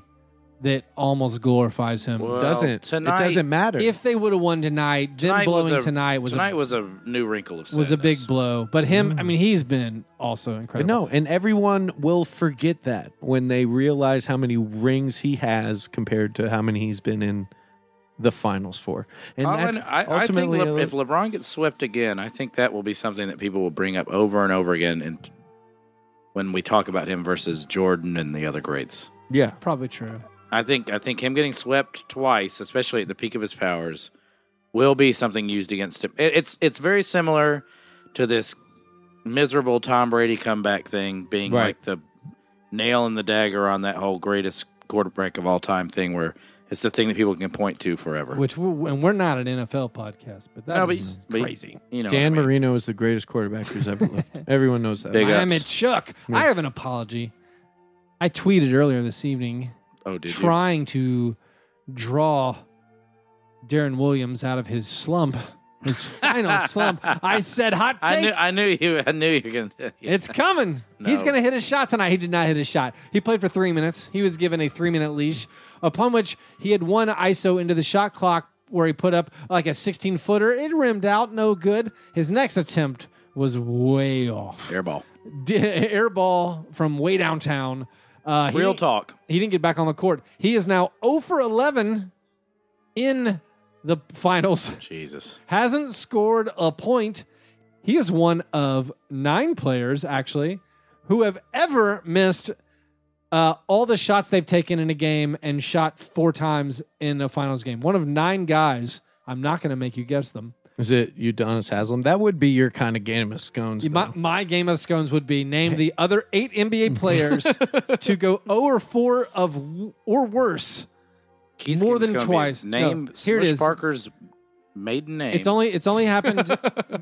A: that almost glorifies him.
C: Well,
B: doesn't
C: tonight-
B: it doesn't matter
A: If they would have won tonight, them
C: Tonight was
A: blowing
C: a-
A: tonight was
C: Tonight
A: a,
C: was a new wrinkle of sadness.
A: was a big blow. But him, I mean, he's been also
B: Mm. But
A: incredible.
B: no, and everyone will forget that when they realize how many rings he has compared to how many he's been in the finals for. And
C: All
B: that's
C: in- I, I think
B: ultimately
C: Le- if LeBron gets swept again, I think that will be something that people will bring up over and over again, and when we talk about him versus Jordan and the other greats,
B: yeah,
A: Probably true.
C: I think I think him getting swept twice, especially at the peak of his powers, will be something used against him. It, it's it's very similar to this miserable Tom Brady comeback thing being
B: Right.
C: like the nail in the dagger on that whole greatest quarterback of all time thing, where it's the thing that people can point to forever.
A: Which we and we're not an NFL podcast, but that's
C: No, but- but-
A: crazy.
C: you know, what I
B: Dan
C: mean.
B: Marino is the greatest quarterback who's ever lived.
C: [LAUGHS]
B: Everyone knows that.
C: Big
A: I
C: ups.
A: am a Chuck. I have an apology. I tweeted earlier this evening
C: Oh, did you?
A: trying to draw Darren Williams out of his slump,
C: [LAUGHS]
A: his final slump. I said, "Hot
C: I
A: take,
C: knew, I knew you. I knew you were gonna.
A: it's coming.
C: No.
A: He's going to hit his shot tonight." He did not hit his shot. He played for three minutes. He was given a three-minute leash, upon which he had one ISO into the shot clock, where he put up like a 16-footer. It rimmed out, no good. His next attempt was way off. [LAUGHS]
C: [LAUGHS] airball.
A: D- air ball from way downtown. Uh, he
C: Real
A: didn't-
C: talk.
A: He didn't get back on the court. He is now 0 for 11 in the finals. [LAUGHS]
C: Jesus.
A: Hasn't scored a point. He is one of nine players, actually, who have ever missed uh, all the shots they've taken in a game and shot four times in a finals game. One of nine guys. I'm not going to make you guess them.
B: Is it Udonis Haslam? That would be your kind of game of scones.
A: My,
B: though.
A: my game of scones would be name the other eight NBA players to go 0 or 4 of w- or worse.
C: Keith's
A: More
C: gonna
A: than
C: be-
A: twice.
C: Name
A: No, here it
C: Smush
A: is.
C: Parker's maiden name.
A: It's only it's only happened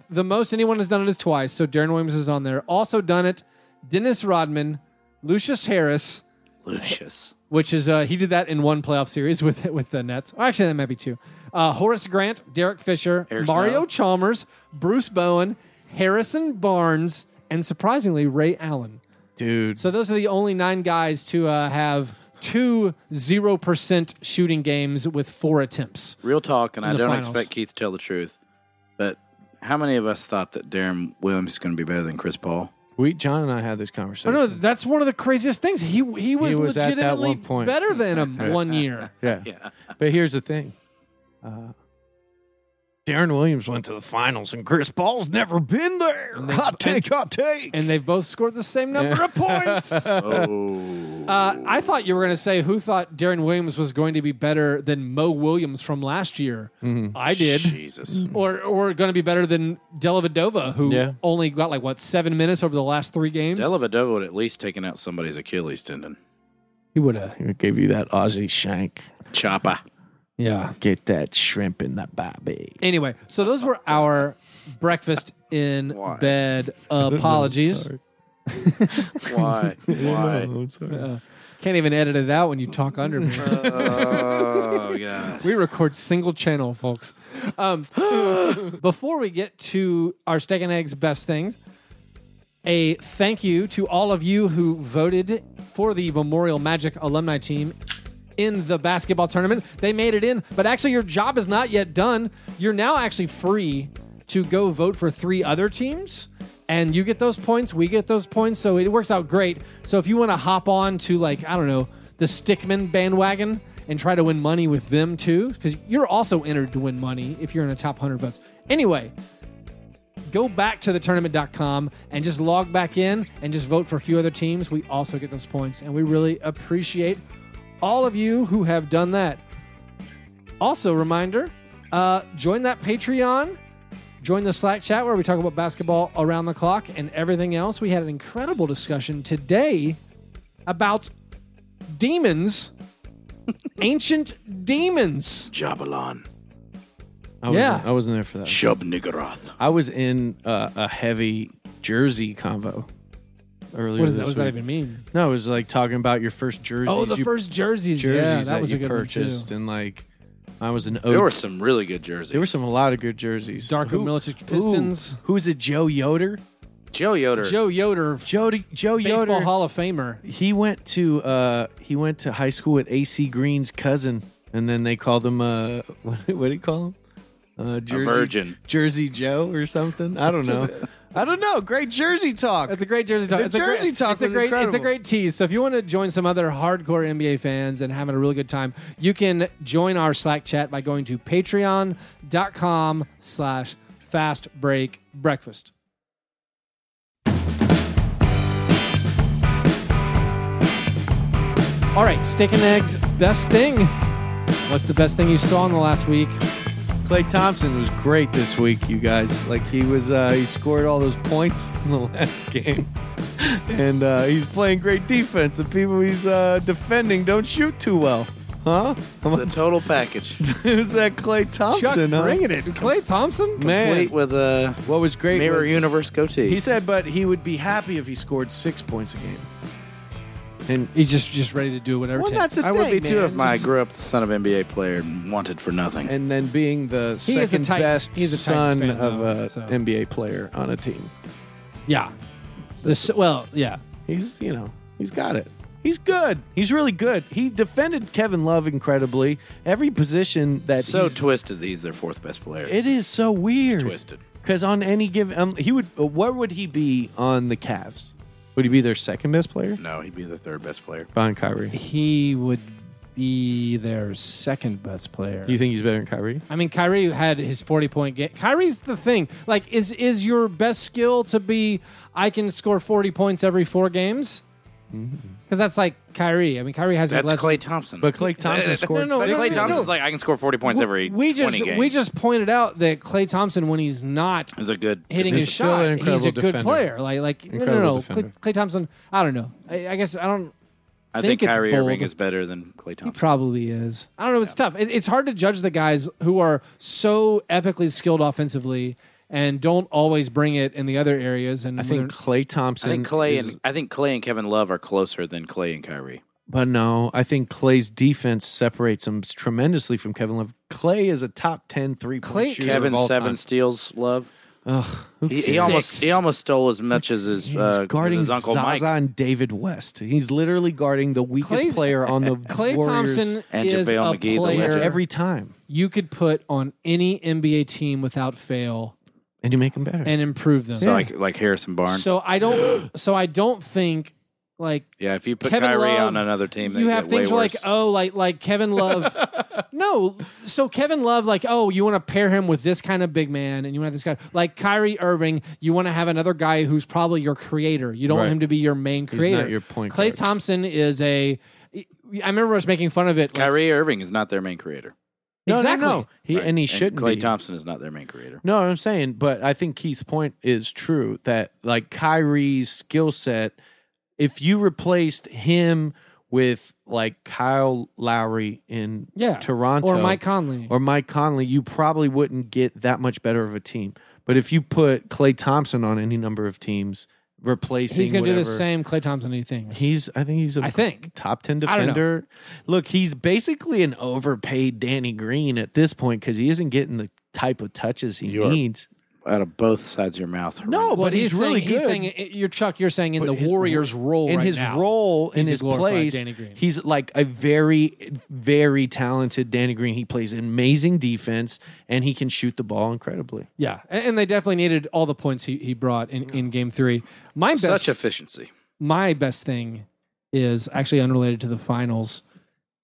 A: the most anyone has done it is twice. So Darren Williams is on there. Also done it Dennis Rodman, Lucius Harris,
C: Lucius.
A: which is uh, he did that in one playoff series [LAUGHS] with with the Nets. Actually, that might be two. Uh, Horace Grant, Derek Fisher,
C: Eric
A: Mario
C: Snow.
A: Chalmers, Bruce Bowen, Harrison Barnes, and surprisingly Ray Allen.
B: dude.
A: So those are the only nine guys to uh, have two zero percent shooting games with four attempts.
C: Real talk, and I
A: the
C: don't
A: finals.
C: expect Keith to tell the truth, but how many of us thought that Darren Williams is going to be better than Chris Paul?
B: we John and I had this
A: Oh
B: conversation.
A: no, that's one of the craziest things. He he was,
B: was at that
A: legitimately
B: one point.
A: better than him
B: [LAUGHS]
A: one year.
B: yeah.
C: Yeah.
B: But here's the thing. Uh, Darren Williams went to the finals, and Chris Paul's never been there. Hot take, hot take.
A: And they've both scored the same number
B: [LAUGHS]
A: of points. Uh,
C: Oh.
A: I thought you were going to say who thought Darren Williams was going to be better than Mo Williams from last year.
B: Mm-hmm.
A: I did.
C: Jesus.
A: Or, or going to be better than Dellavedova, who
B: Yeah.
A: only got like what seven minutes over the last three games.
C: Dellavedova would at least taken out somebody's Achilles tendon.
A: he would have,
B: It gave you that Aussie shank.
C: Chopper.
A: yeah.
B: Get that shrimp in the bobby.
A: Anyway, so those were our breakfast in
B: [LAUGHS]
C: Why?
A: bed apologies.
B: Sorry.
A: [LAUGHS]
C: Why? Why?
B: No, Oh, I'm sorry.
A: Uh, can't even edit it out when you talk under me. [LAUGHS]
C: oh god.
A: we record single channel, folks. Um, [GASPS] before we get to our steak and eggs best things, a thank you to all of you who voted for the Memorial Magic alumni team in the basketball tournament. They made it in, but actually, your job is not yet done. You're now actually free to go vote for three other teams. And you get those points, we get those points, so it works out great. So if you want to hop on to like I don't know the Stickman bandwagon and try to win money with them too, because you're also entered to win money if you're in the top hundred votes. Anyway, go back to the tournament.com and just log back in and just vote for a few other teams. We also get those points, and we really appreciate all of you who have done that. Also, reminder uh, join that Patreon, join the Slack chat where we talk about basketball around the clock and everything else. We had an incredible discussion today about [LAUGHS] demons, ancient demons.
C: Jabalon.
B: I wasn't,
A: Yeah.
B: I wasn't there for that.
C: Shub Niggurath.
B: I was in uh, a heavy jersey convo earlier.
A: What, is
B: this
A: that, what does
B: week.
A: that even mean?
B: No, it was like talking about your first jerseys.
A: Oh, the
B: you,
A: first jerseys.
B: jerseys
A: yeah, that,
B: that,
A: was
B: you
A: a good
B: purchased,
A: one
B: and like I was an.
C: There
B: OG
C: were some really good jerseys.
B: There were some a lot of good jerseys.
A: Darko Milicic Pistons.
B: Ooh, who's it? Joe Yoder.
C: Joe Yoder.
A: too. Joe Yoder,
B: Joe Joe
A: baseball
B: Yoder.
A: Hall of Famer.
B: he went to uh he went to high school with AC Green's cousin, and then they called him uh [LAUGHS] what what do you call him? Uh, Jersey,
C: virgin.
B: Jersey Joe or something. I don't know. I don't know. Great Jersey talk.
A: That's a great jersey talk.
B: The
A: It's a
B: jersey
A: great,
B: talk
A: It's a
B: was
A: great. It's a
B: incredible.
A: great tease. So if you want to join some other hardcore NBA fans and having a really good time, you can join our Slack chat by going to Patreon.com/slash Fast Break Breakfast. All right, steak and eggs. Best thing. What's the best thing you saw in the last week?
B: Clay Thompson was great this week, you guys. Like he was, uh, he scored all those points [LAUGHS] in the last game, [LAUGHS] and uh, he's playing great defense. The people he's uh, defending don't shoot too well, huh? [LAUGHS]
C: the total
A: [LAUGHS]
C: package.
B: Who's that Clay
A: Chuck,
B: Thompson? huh?
A: bringing it. Clay Thompson.
B: Man,
C: Complete with a
B: what was great
C: Mirror
B: was
C: Universe goatee.
B: he said, but he would be happy if he scored six points a game. And
A: He's just just ready to do whatever. it
B: well,
A: takes.
B: that's the
C: I would
B: thing,
C: be too
B: man.
C: if my grew up the son of NBA player and wanted for nothing.
B: and then being the
A: He is a
B: second
A: Titans-
B: best
A: he's a Titans
B: son
A: fan,
B: of
A: though,
B: an
A: so.
B: NBA player on a team.
A: Yeah. This well, yeah.
B: He's you know he's got it. He's good. He's really good. He defended Kevin Love incredibly. Every position that
C: so
B: he's-
C: twisted that he's their fourth best player.
B: it is so weird
C: twisted.
B: because on any given um, he would uh, what would he be on the Cavs? Would he be their second best player?
C: No, he'd be the third best player.
B: Behind Kyrie.
A: He would be their second best player.
B: Do you think he's better than Kyrie?
A: I mean, Kyrie had his forty-point game. Kyrie's the thing. Like, is is your best skill to be I can score forty points every four games? Because that's like Kyrie. I mean, Kyrie has his
C: Mm-hmm. That's
A: less.
C: Clay Thompson.
B: But Clay Thompson scored.
A: no,
C: But
A: no,
C: Klay
A: no,
C: Thompson's like I can score forty points every
A: we just
C: 20 games.
A: we just pointed out that Clay Thompson, when he's not
C: is a good
A: hitting
B: He's
A: his
B: still
A: shot.
B: an
A: He's a
B: incredible
A: good
B: defender.
A: player. Like, like no, no,
B: Incredible
A: no. Clay,
B: defender.
A: Clay Thompson. I don't know. I, I guess I don't.
C: I think
A: it's
C: Kyrie
A: bold.
C: Irving is better than Clay
A: He
C: Thompson.
A: probably is. I don't know. It's tough. It, it's hard to judge the guys who are so epically skilled offensively and don't always bring it in the other areas. And
B: I think Clay Thompson.
C: I think Clay
B: is-
C: and I think Clay and Kevin Love are closer than Clay and Kyrie.
B: But no, I think Clay's defense separates him tremendously from Kevin Love. Clay is a top 10 three
A: Clay-
B: point shooter.
C: Kevin
B: of all
C: seven
B: time.
C: steals Love.
B: Ugh, who
C: He,
B: cares?
C: he almost
A: Six.
C: he almost stole as much as his
B: He's
C: uh,
B: guarding
C: his uncle
B: Zaza
C: Mike.
B: and David West. He's literally guarding the weakest
A: Klay-
B: player on the
A: Clay
B: Warriors
A: Thompson
C: And
A: is
C: JaVale
A: a
C: McGee, the
A: player
C: legend.
B: every time,
A: you could put on any NBA team without fail
B: and you make him better.
A: and improve them.
C: So like like Harrison Barnes.
A: So I don't. so I don't think like
C: yeah, if you put
A: Kevin
C: Kyrie
A: Love,
C: on another team, they
A: you have
C: get way
A: things like
C: worse.
A: oh like like Kevin Love. no, so Kevin Love like oh you want to pair him with this kind of big man and you want this guy like Kyrie Irving. You want to have another guy who's probably your creator. You don't want
B: Right.
A: him to be your main
B: not
A: creator.
B: your point
A: Clay
B: guard.
A: Thompson is a. I remember us making fun of it. like-
C: Kyrie Irving is not their main creator.
B: no,
A: exactly.
B: no, no. He
C: Right.
B: and he shouldn't
C: Clay
B: be.
C: Thompson is not their main creator.
B: No, I'm saying, but I think Keith's point is true that like Kyrie's skill set, if you replaced him with like Kyle Lowry in
A: Yeah.
B: Toronto
A: Or Mike Conley.
B: or Mike Conley, you probably wouldn't get that much better of a team. But if you put Clay Thompson on any number of teams replacing.
A: He's going to do the
B: whatever.
A: same Clay Thompson thing.
B: He's I think he's a
A: I think.
B: top ten
A: I don't know.
B: defender. Look, he's basically an overpaid Danny Green at this point because he isn't getting the type of touches he
C: You are-
B: needs.
C: Out of both sides of your mouth.
B: No, but he's, really
A: saying,
B: good.
A: He's saying, eh, you're Chuck. You're saying in
B: But
A: the
B: his-
A: Warriors' role
B: in
A: right
B: his
A: now,
B: role, in
A: he's a
B: his
A: glorified
B: place,
A: Danny Green.
B: he's like a very, very talented Danny Green. He plays amazing defense and he can shoot the ball incredibly.
A: Yeah, a- and they definitely needed all the points he, he brought in, in game three. My
C: Such
A: best,
C: efficiency.
A: my best thing is actually unrelated to the finals.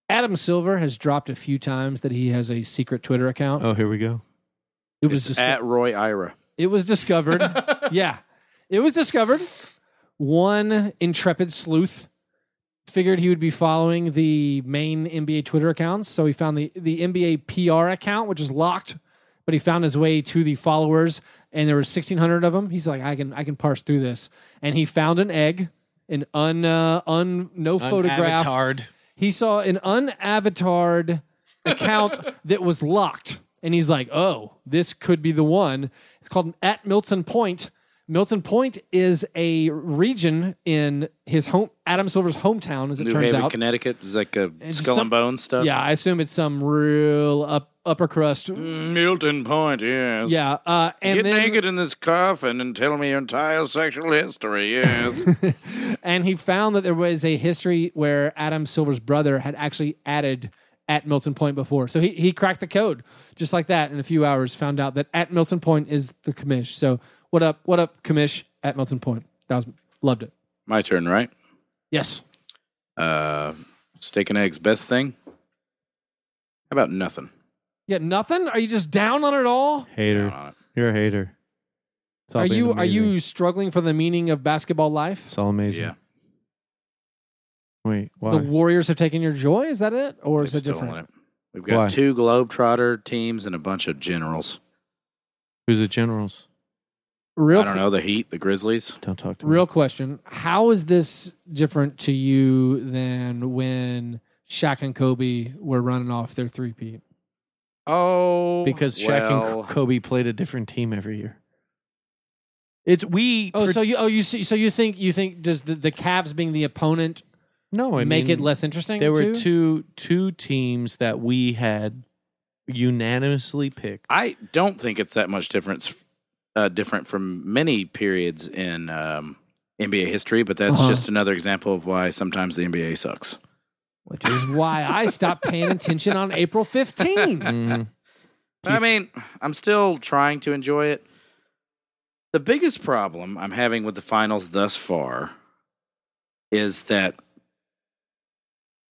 A: Adam Silver has dropped a few times that he has a secret Twitter account.
B: Oh, here we go.
A: it was
C: It's
A: just
C: at Roy Ira.
A: it was discovered. yeah, it was discovered. One intrepid sleuth figured he would be following the main NBA Twitter accounts, so he found the the NBA PR account, which is locked. But he found his way to the followers, and there were sixteen hundred of them. He's like, I can I can parse through this, and he found an egg, an un uh, un no photograph.
B: Unavatared.
A: He saw an unavatared account that was locked. And he's like, oh, this could be the one. It's called at Milton Point. Milton Point is a region in his home, Adam Silver's hometown, as it
C: New
A: turns
C: Haven,
A: out.
C: Connecticut. It's like a skull
A: some-
C: and bones stuff.
A: Yeah, I assume it's some real up, upper crust.
C: Mm. Milton Point, yes.
A: Yeah. Uh, and
C: Get
A: then,
C: naked in this coffin and tell me your entire sexual history, yes.
A: [LAUGHS] and he found that there was a history where Adam Silver's brother had actually added at Milton Point before. So he, he cracked the code just like that in a few hours, found out that at Milton Point is the commish. So what up, what up, commish at Milton Point. That was loved it.
C: My turn, right?
A: Yes.
C: Uh, steak and eggs, best thing? How about nothing?
A: Yeah, nothing? Are you just down on it all?
B: Hater.
C: Down on it.
B: You're a hater. It's all
A: Are
B: being
A: you are
B: amazing.
A: you struggling for the meaning of basketball life?
B: It's all amazing.
C: Yeah.
B: Wait, why?
A: The Warriors have taken your joy? Is that it? Or is
C: They've
A: it different?
C: stolen it. We've got
B: Why?
C: two Globetrotter teams and a bunch of generals.
B: Who's the generals?
A: Real
C: I don't know, the Heat, the Grizzlies.
B: Don't talk to me.
A: Real question. How is this different to you than when Shaq and Kobe were running off their three peat?
C: Oh,
B: Because Shaq
C: well,
B: and Kobe played a different team every year. It's we.
A: Oh, so you oh you see so you think you think does the, the Cavs being the opponent
B: no, Oh, I
A: make it
B: mean,
A: less interesting?
B: There were
A: too?
B: two two teams that we had
A: [LAUGHS]
B: unanimously picked.
C: I don't think it's that much difference, uh, different from many periods in um, NBA history, but that's
A: Uh-huh.
C: just another example of why sometimes the NBA sucks.
A: which is why I stopped [LAUGHS] paying attention on April 15.
B: Mm-hmm.
C: But I mean, I'm still trying to enjoy it. The biggest problem I'm having with the finals thus far is that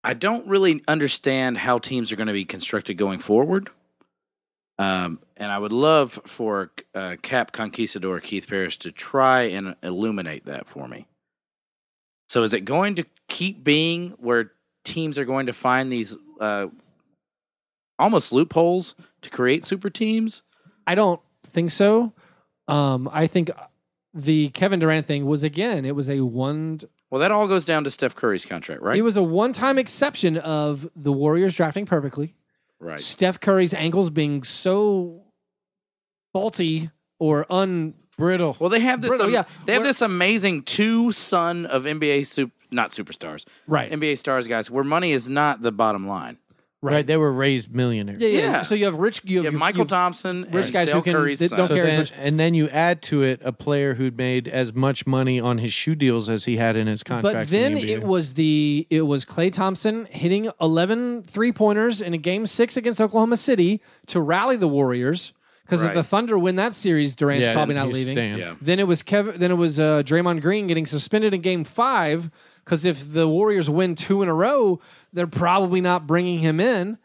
C: I don't really understand how teams are going to be constructed going forward. Um, and I would love for uh, Cap Conquistador Keith Parrish to try and illuminate that for me. So, is it going to keep being where teams are going to find these uh, almost loopholes to create super teams.
A: I don't think so. Um, I think the Kevin Durant thing was again, it was a one
C: Well, that all goes down to Steph Curry's contract, right?
A: it was a one time exception of the Warriors drafting perfectly.
C: right.
A: Steph Curry's ankles being so faulty or un
B: Brittle.
C: Well, they have this.
A: Bruno,
C: am-
A: yeah.
C: They have
A: We're-
C: this amazing two son of NBA sup- not superstars,
A: right.
C: NBA stars guys, where money is not the bottom line.
B: right. They were raised millionaires.
A: Yeah, yeah,
C: Yeah.
A: So you have rich. You
C: You
A: have,
C: have
A: you-
C: Michael
A: you've-
C: Thompson,
A: rich
C: and
A: guys who
C: Dale
A: can-
C: Curry's
A: that
C: son.
A: don't
B: So
A: care as
B: then,
A: much.
B: and then you add to it a player who'd made as much money on his shoe deals as he had in his contract.
A: But then it was the it was Clay Thompson hitting 11 three pointers in a game six against Oklahoma City to rally the Warriors because if
C: Right.
A: the Thunder win that series, Durant's probably not leaving.
C: Yeah.
A: Then it was Kevin. Then it was uh, Draymond Green getting suspended in Game Five because if the Warriors win two in a row, they're probably not bringing him in.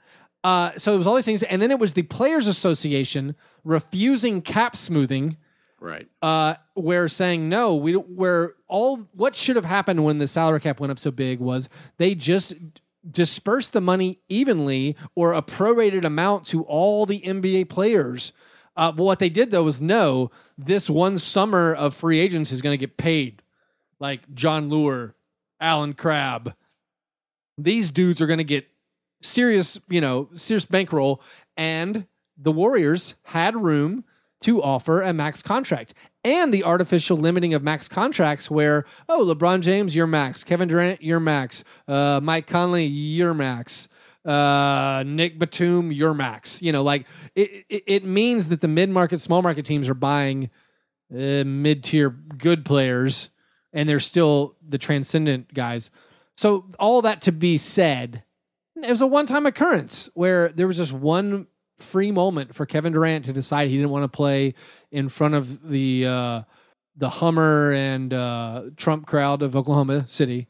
A: Uh, so it was all these things, and then it was the Players Association refusing cap smoothing,
C: Right.
A: uh, where saying no, we don't- where all what should have happened when the salary cap went up so big was they just dispersed the money evenly or a prorated amount to all the NBA players. Uh, but what they did though was no, this one summer of free agents is going to get paid, like John Lure, Alan Crabb. These dudes are going to get serious, you know, serious bankroll, and the Warriors had room to offer a max contract and the artificial limiting of max contracts where, oh, LeBron James, you're max. Kevin Durant, you're max. Uh, Mike Conley, you're max. Uh, Nick Batum, you're max. You know, like it, it, it means that the mid market, small market teams are buying uh, mid tier good players and they're still the transcendent guys. So, all that to be said, it was a one time occurrence where there was just one free moment for Kevin Durant to decide he didn't want to play in front of the uh, the Hummer and uh, Trump crowd of Oklahoma City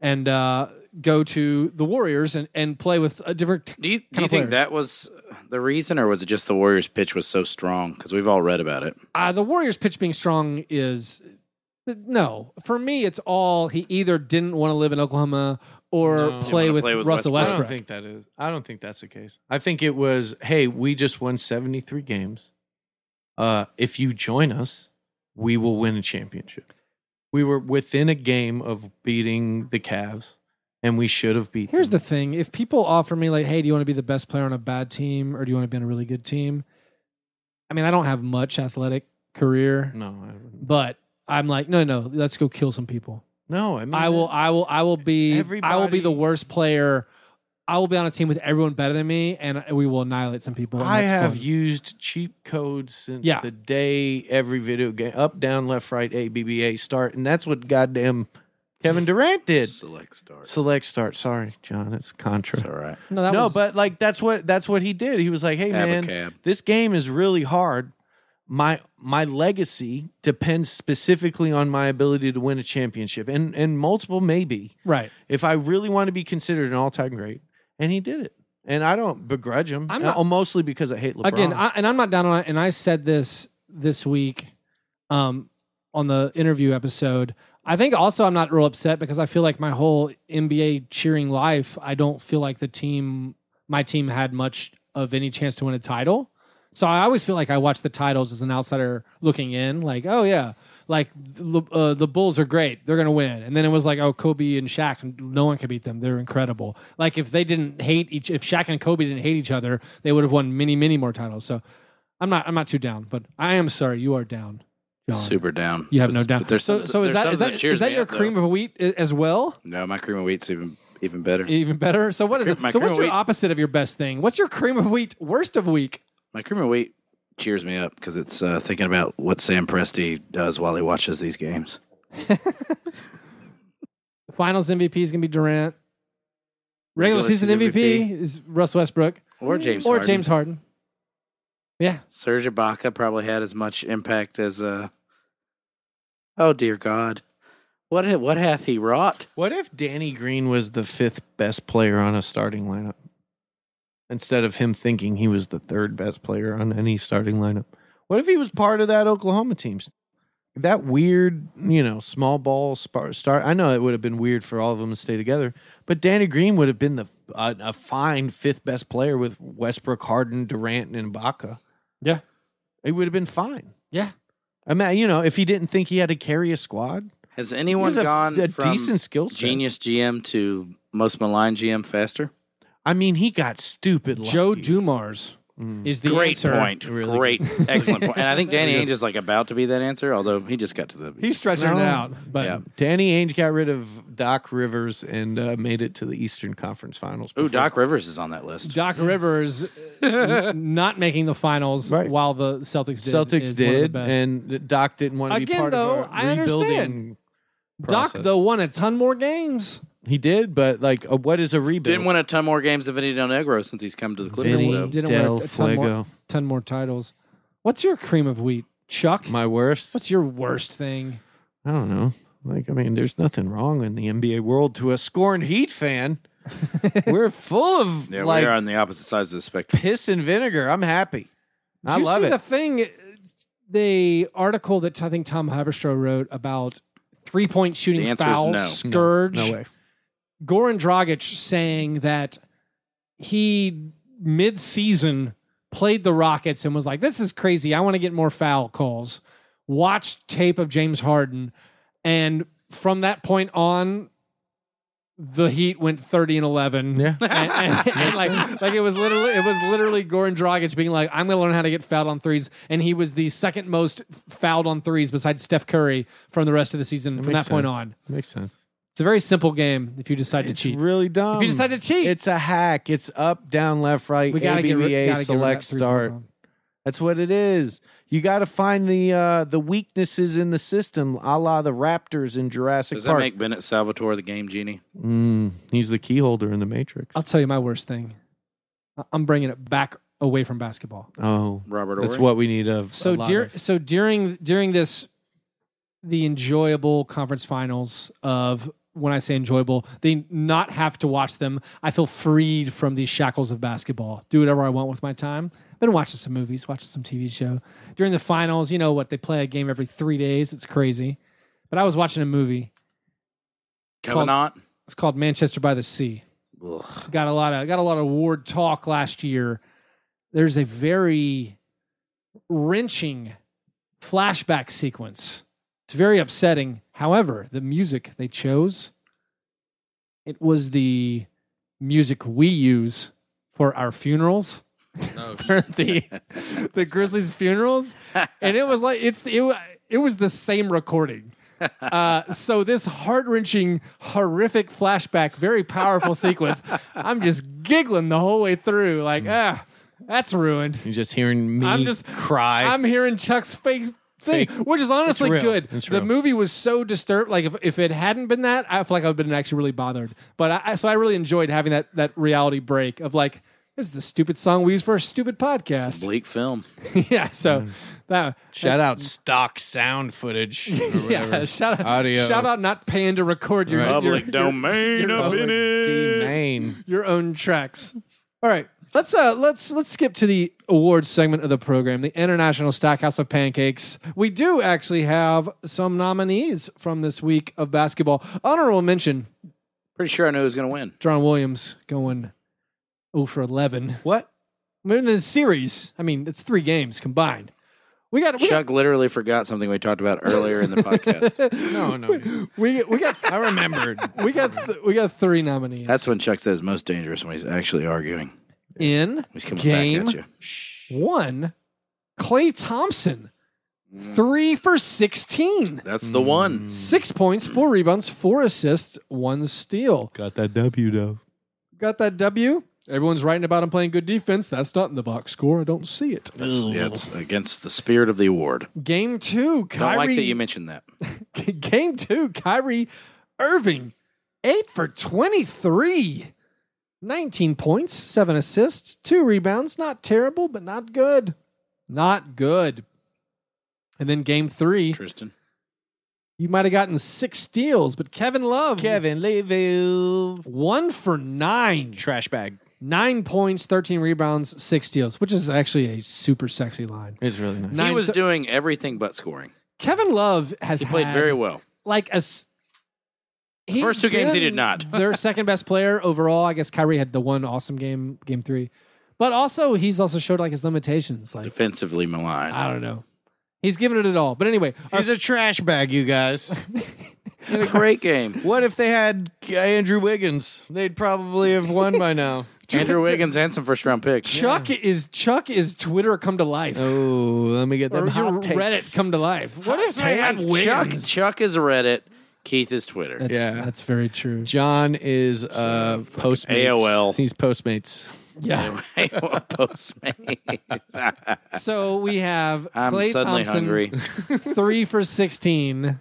A: and uh, go to the Warriors and, and play with a different.
C: Do you, do
A: Kind
C: you
A: of
C: think
A: players.
C: that was the reason, or was it just the Warriors' pitch was so strong? Because we've all read about it.
A: Uh, the Warriors pitch being strong is no for me. It's all he either didn't want to live in Oklahoma or
B: No. Didn't
A: play,
C: wanna
A: with
C: play with
A: Russell
B: I
C: Westbrook.
A: Westbrook.
B: don't think that is. I don't think that's the case. I think it was, hey, we just won 73 games. Uh, if you join us, we will win a championship. We were within a game of beating the Cavs, and we should have beat.
A: Here's
B: them.
A: the thing: if people offer me like, "Hey, do you want to be the best player on a bad team, or do you want to be on a really good team?" I mean, I don't have much athletic career,
B: no, I wouldn't.
A: but I'm like, no, no, let's go kill some people.
B: no. I, mean,
A: I will, I will, I will be, I will be
B: Mm-hmm. Everybody-
A: the worst player. I will be on a team with everyone better than me, and we will annihilate some people. and
B: I
A: that's
B: have
A: fun.
B: used cheat codes since
A: Yeah.
B: the day every video game up, down, left, right, A, B, B, A start, and that's what goddamn Kevin Durant did.
C: Select stars.
B: Select start. Sorry, John. It's contra.
C: It's all right.
A: no, that
B: no,
A: was-
B: but like that's what that's what he did. He was like, "Hey
C: Have a
B: man,
C: cab.
B: this game is really hard. My my legacy depends specifically on my ability to win a championship and and multiple maybe
A: right.
B: if I really want to be considered an all time great." And he did it. And I don't begrudge him.
A: I'm not-
B: Uh, mostly because I hate LeBron.
A: Again, I, and I'm not down on it. And I said this this week um, on the interview episode. I think also I'm not real upset because I feel like my whole NBA cheering life, I don't feel like the team, my team had much of any chance to win a title. So I always feel like I watch the titles as an outsider looking in, like, oh yeah, like the- uh, the Bulls are great, they're gonna win. And then it was like, oh, Kobe and Shaq, and no one could beat them. They're incredible. Like if they didn't hate each, if Shaq and Kobe didn't hate each other, they would have won many, many more titles. So I'm not, I'm not too down, but I am sorry you are down, John.
C: Super down.
A: You have no
C: But-
A: doubt.
C: but there's
A: so,
C: some-
A: so is
C: there's
A: that
C: some
A: is that
C: cheers
A: is that
C: me
A: your
C: up, though.
A: cream of wheat i- as well?
C: No, my cream of wheat's even even better.
A: Even better. So what is
C: cream- my
A: it? So
C: cream
A: what's
C: of
A: your
C: wheat-
A: opposite of your best thing? What's your cream of wheat worst of week?
C: My cream of wheat cheers me up because it's uh, thinking about what Sam Presti does while he watches these games.
A: Finals MVP is gonna be Durant. Regular, season, MVP, is Russ Westbrook
C: Or James
A: or
C: Harden.
A: James Harden. Yeah,
C: Serge Ibaka probably had as much impact as uh Oh dear God. What ha- what hath he wrought?
B: What if Danny Green was the fifth best player on a starting lineup instead of him thinking he was the third best player on any starting lineup? What if he was part of that Oklahoma team? That weird, you know, small ball spar- start. I know it would have been weird for all of them to stay together, but Danny Green would have been the uh, a fine fifth best player with Westbrook, Harden, Durant, and Ibaka.
A: Yeah.
B: it would have been fine.
A: yeah.
B: I mean, you know, if he didn't think he had to carry a squad,
C: Has
B: he
C: anyone
B: was a,
C: gone
B: a
C: from
B: decent skill set.
C: genius GM to most maligned GM faster?
B: I mean, he got stupid. Lucky.
A: Joe Dumars
B: Mm.
A: is the
C: Great
A: answer.
C: point.
B: Really
C: Great.
A: [LAUGHS]
C: Excellent point. And I think Danny Ainge is like about to be that answer, although he just got to the
A: He's stretching
B: No.
A: it out, but
C: Yeah.
B: Danny Ainge got rid of Doc Rivers and uh, made it to the Eastern Conference Finals.
C: Ooh,
B: before-
C: Doc Rivers is on that list.
A: Doc Rivers uh,
B: [LAUGHS]
A: n- not making the finals
B: Right.
A: while the Celtics did. is
B: Celtics
A: one of the
B: did,
A: best.
B: and Doc didn't want to be
A: Again,
B: part
A: though,
B: of our
A: I
B: rebuilding.
A: understand. Doc
B: process.
A: though won a ton more games.
B: He did, but like, uh, what is a rebuild?
C: Didn't win a ton more games than Vinny Del Negro since he's come to the Clippers,
B: Vinny
C: though.
A: Didn't win
B: Del
A: a ton more-
B: Fuego.
A: Ten more titles. What's your cream of wheat, Chuck?
B: My worst.
A: What's your worst thing?
B: I don't know. Like, I mean, there's nothing wrong in the NBA world to a scorned
A: [LAUGHS]
B: Heat fan. We're full of
C: Yeah,
B: like
C: we're on the opposite sides of the spectrum.
B: piss and vinegar. I'm happy.
A: Did
B: I
A: you
B: love
A: see
B: it.
A: the thing, the article that I think Tom Haberstroh wrote about three point
C: The
A: shooting
C: answer is
A: foul
C: no. No.
A: scourge.
B: No way.
A: Goran Dragic saying that he mid-season played the Rockets and was like, "This is crazy. I want to get more foul calls." Watched tape of James Harden, and from that point on, the Heat went thirty and eleven.
B: Yeah.
A: and,
C: [LAUGHS]
B: [LAUGHS]
A: and- and, like like it was literally it was literally Goran Dragic being like, I'm gonna learn how to get fouled on threes, and he was the second most fouled on threes besides Steph Curry from the rest of the season from that
B: Makes
A: point
B: sense.
A: on.
B: Makes sense.
A: It's a very simple game if you decide
B: It's
A: to cheat.
B: really dumb.
A: if you decide to cheat,
B: it's a hack. It's up, down, left, right.
A: we gotta
B: ABBA,
A: get rid, gotta get rid of
B: select,
A: that three-point
B: start.
A: line.
B: That's what it is. You got to find the uh, the weaknesses in the system, a la the Raptors in Jurassic
C: Does that
B: Park.
C: make Bennett Salvatore the game genie?
B: Mm, he's the key holder in the Matrix.
A: I'll tell you my worst thing. I- I'm bringing it back away from basketball.
B: Oh,
C: Robert
B: that's
C: Ory?
B: what we need of.
A: So
B: a lot
A: dear,
B: of-
A: so during during this, the enjoyable conference finals of when I say enjoyable, they not have to watch them. I feel freed from these shackles of basketball. Do whatever I want with my time. Been watching some movies, watching some TV show. During the finals, you know what they play a game every three days. It's crazy. But I was watching a movie.
C: Covenant?
A: It's called Manchester by the Sea.
C: Ugh.
A: got a lot of got a lot of ward talk last year. There's a very wrenching flashback sequence. It's very upsetting. However, the music they chose it was the music we use for our funerals. [LAUGHS] for the the Grizzlies funerals, and it was like it's it, wa- it was the same recording. Uh, so this heart wrenching, horrific flashback, very powerful sequence. I'm just giggling the whole way through, like
B: Hmm.
A: ah, that's ruined.
B: You're just hearing me
A: I'm just-
B: cry.
A: I'm hearing Chuck's face thing, which is honestly
B: real.
A: good.
B: It's
A: the
B: real.
A: movie was so disturbed. Like if, if it hadn't been that, I feel like I would have been actually really bothered. But I, I so I really enjoyed having that that reality break of like this is the stupid song we use for our stupid podcast.
C: Bleak film.
A: [LAUGHS] yeah, so
B: Mm-hmm.
A: that [LAUGHS]
B: Shout out stock sound footage. Or
A: yeah,
B: whatever.
A: shout out
B: Audio.
A: shout out not paying to record your
B: Right.
A: your-
C: Public
A: your-
C: domain
A: your
C: up
A: public
C: in it.
B: Main.
A: your own tracks. All right. Let's uh let's let's skip to the awards segment of the program, the International Stackhouse of Pancakes. We do actually have some nominees from this week of basketball. Honorable mention,
C: Pretty sure I know who's going to win.
A: John Williams going 0 for 11.
B: What?
A: I mean, in the series, I mean, it's three games combined. We got we got,
C: Chuck literally forgot something we talked about earlier in
A: [LAUGHS]
C: the podcast.
B: No, no.
A: we, we got
B: I remembered.
A: [LAUGHS] we got th- we got three nominees.
C: That's when Chuck says most dangerous when he's actually arguing.
A: in
C: He's coming
A: game
C: back at you.
A: one, Clay Thompson, three for 16.
C: That's the one.
A: Six points, four rebounds, four assists, one steal.
B: Got that W though.
A: Got that W. Everyone's writing about him playing good defense. That's not in the box score. I don't see it.
C: That's, yeah, it's against the spirit of the award.
A: Game two,
C: Don't
A: Kyrie.
C: like that you mentioned that.
A: [LAUGHS] game two, Kyrie Irving, eight for 23. 19 points, seven assists, two rebounds. Not terrible, but not good. Not good. And then game three,
C: Tristan.
A: you might have gotten six steals, but Kevin Love,
B: Kevin Leville.
A: one for nine.
B: Trash bag.
A: Nine points, 13 rebounds, six steals, which is actually a super sexy line.
B: It's really nice.
A: Nine
C: he was
A: th-
C: doing everything but scoring.
A: Kevin Love has
C: He played
A: had,
C: very well.
A: Like a s- he's
C: First two games he
A: been
C: did
A: [LAUGHS]
C: not.
A: their second best player overall. I guess Kyrie had the one awesome game, game three, but also he's also showed like his limitations. Like
C: Defensively maligned.
A: I don't know, he's given it it all. But anyway, uh, our-
B: He's a trash bag, you guys.
C: He had a great game.
B: What if they had Andrew Wiggins? They'd probably have won by [LAUGHS] now.
C: Andrew Wiggins and some first round picks.
A: [LAUGHS] Chuck is Chuck is Twitter come to life.
B: Oh, let me get
A: Or
B: them
A: your
B: hot takes.
A: Reddit come to life. What if they had
C: Damn, Chuck,
A: wins?
C: Chuck is Reddit. Keith is Twitter. [LAUGHS]
A: That's,
B: Yeah.
A: that's very true.
B: John is uh, Postmates.
C: AOL.
B: He's Postmates.
A: Yeah. [LAUGHS]
C: Postmate.
A: So we have
C: I'm
A: Clay
C: suddenly
A: Thompson,
C: hungry.
A: [LAUGHS] three for sixteen,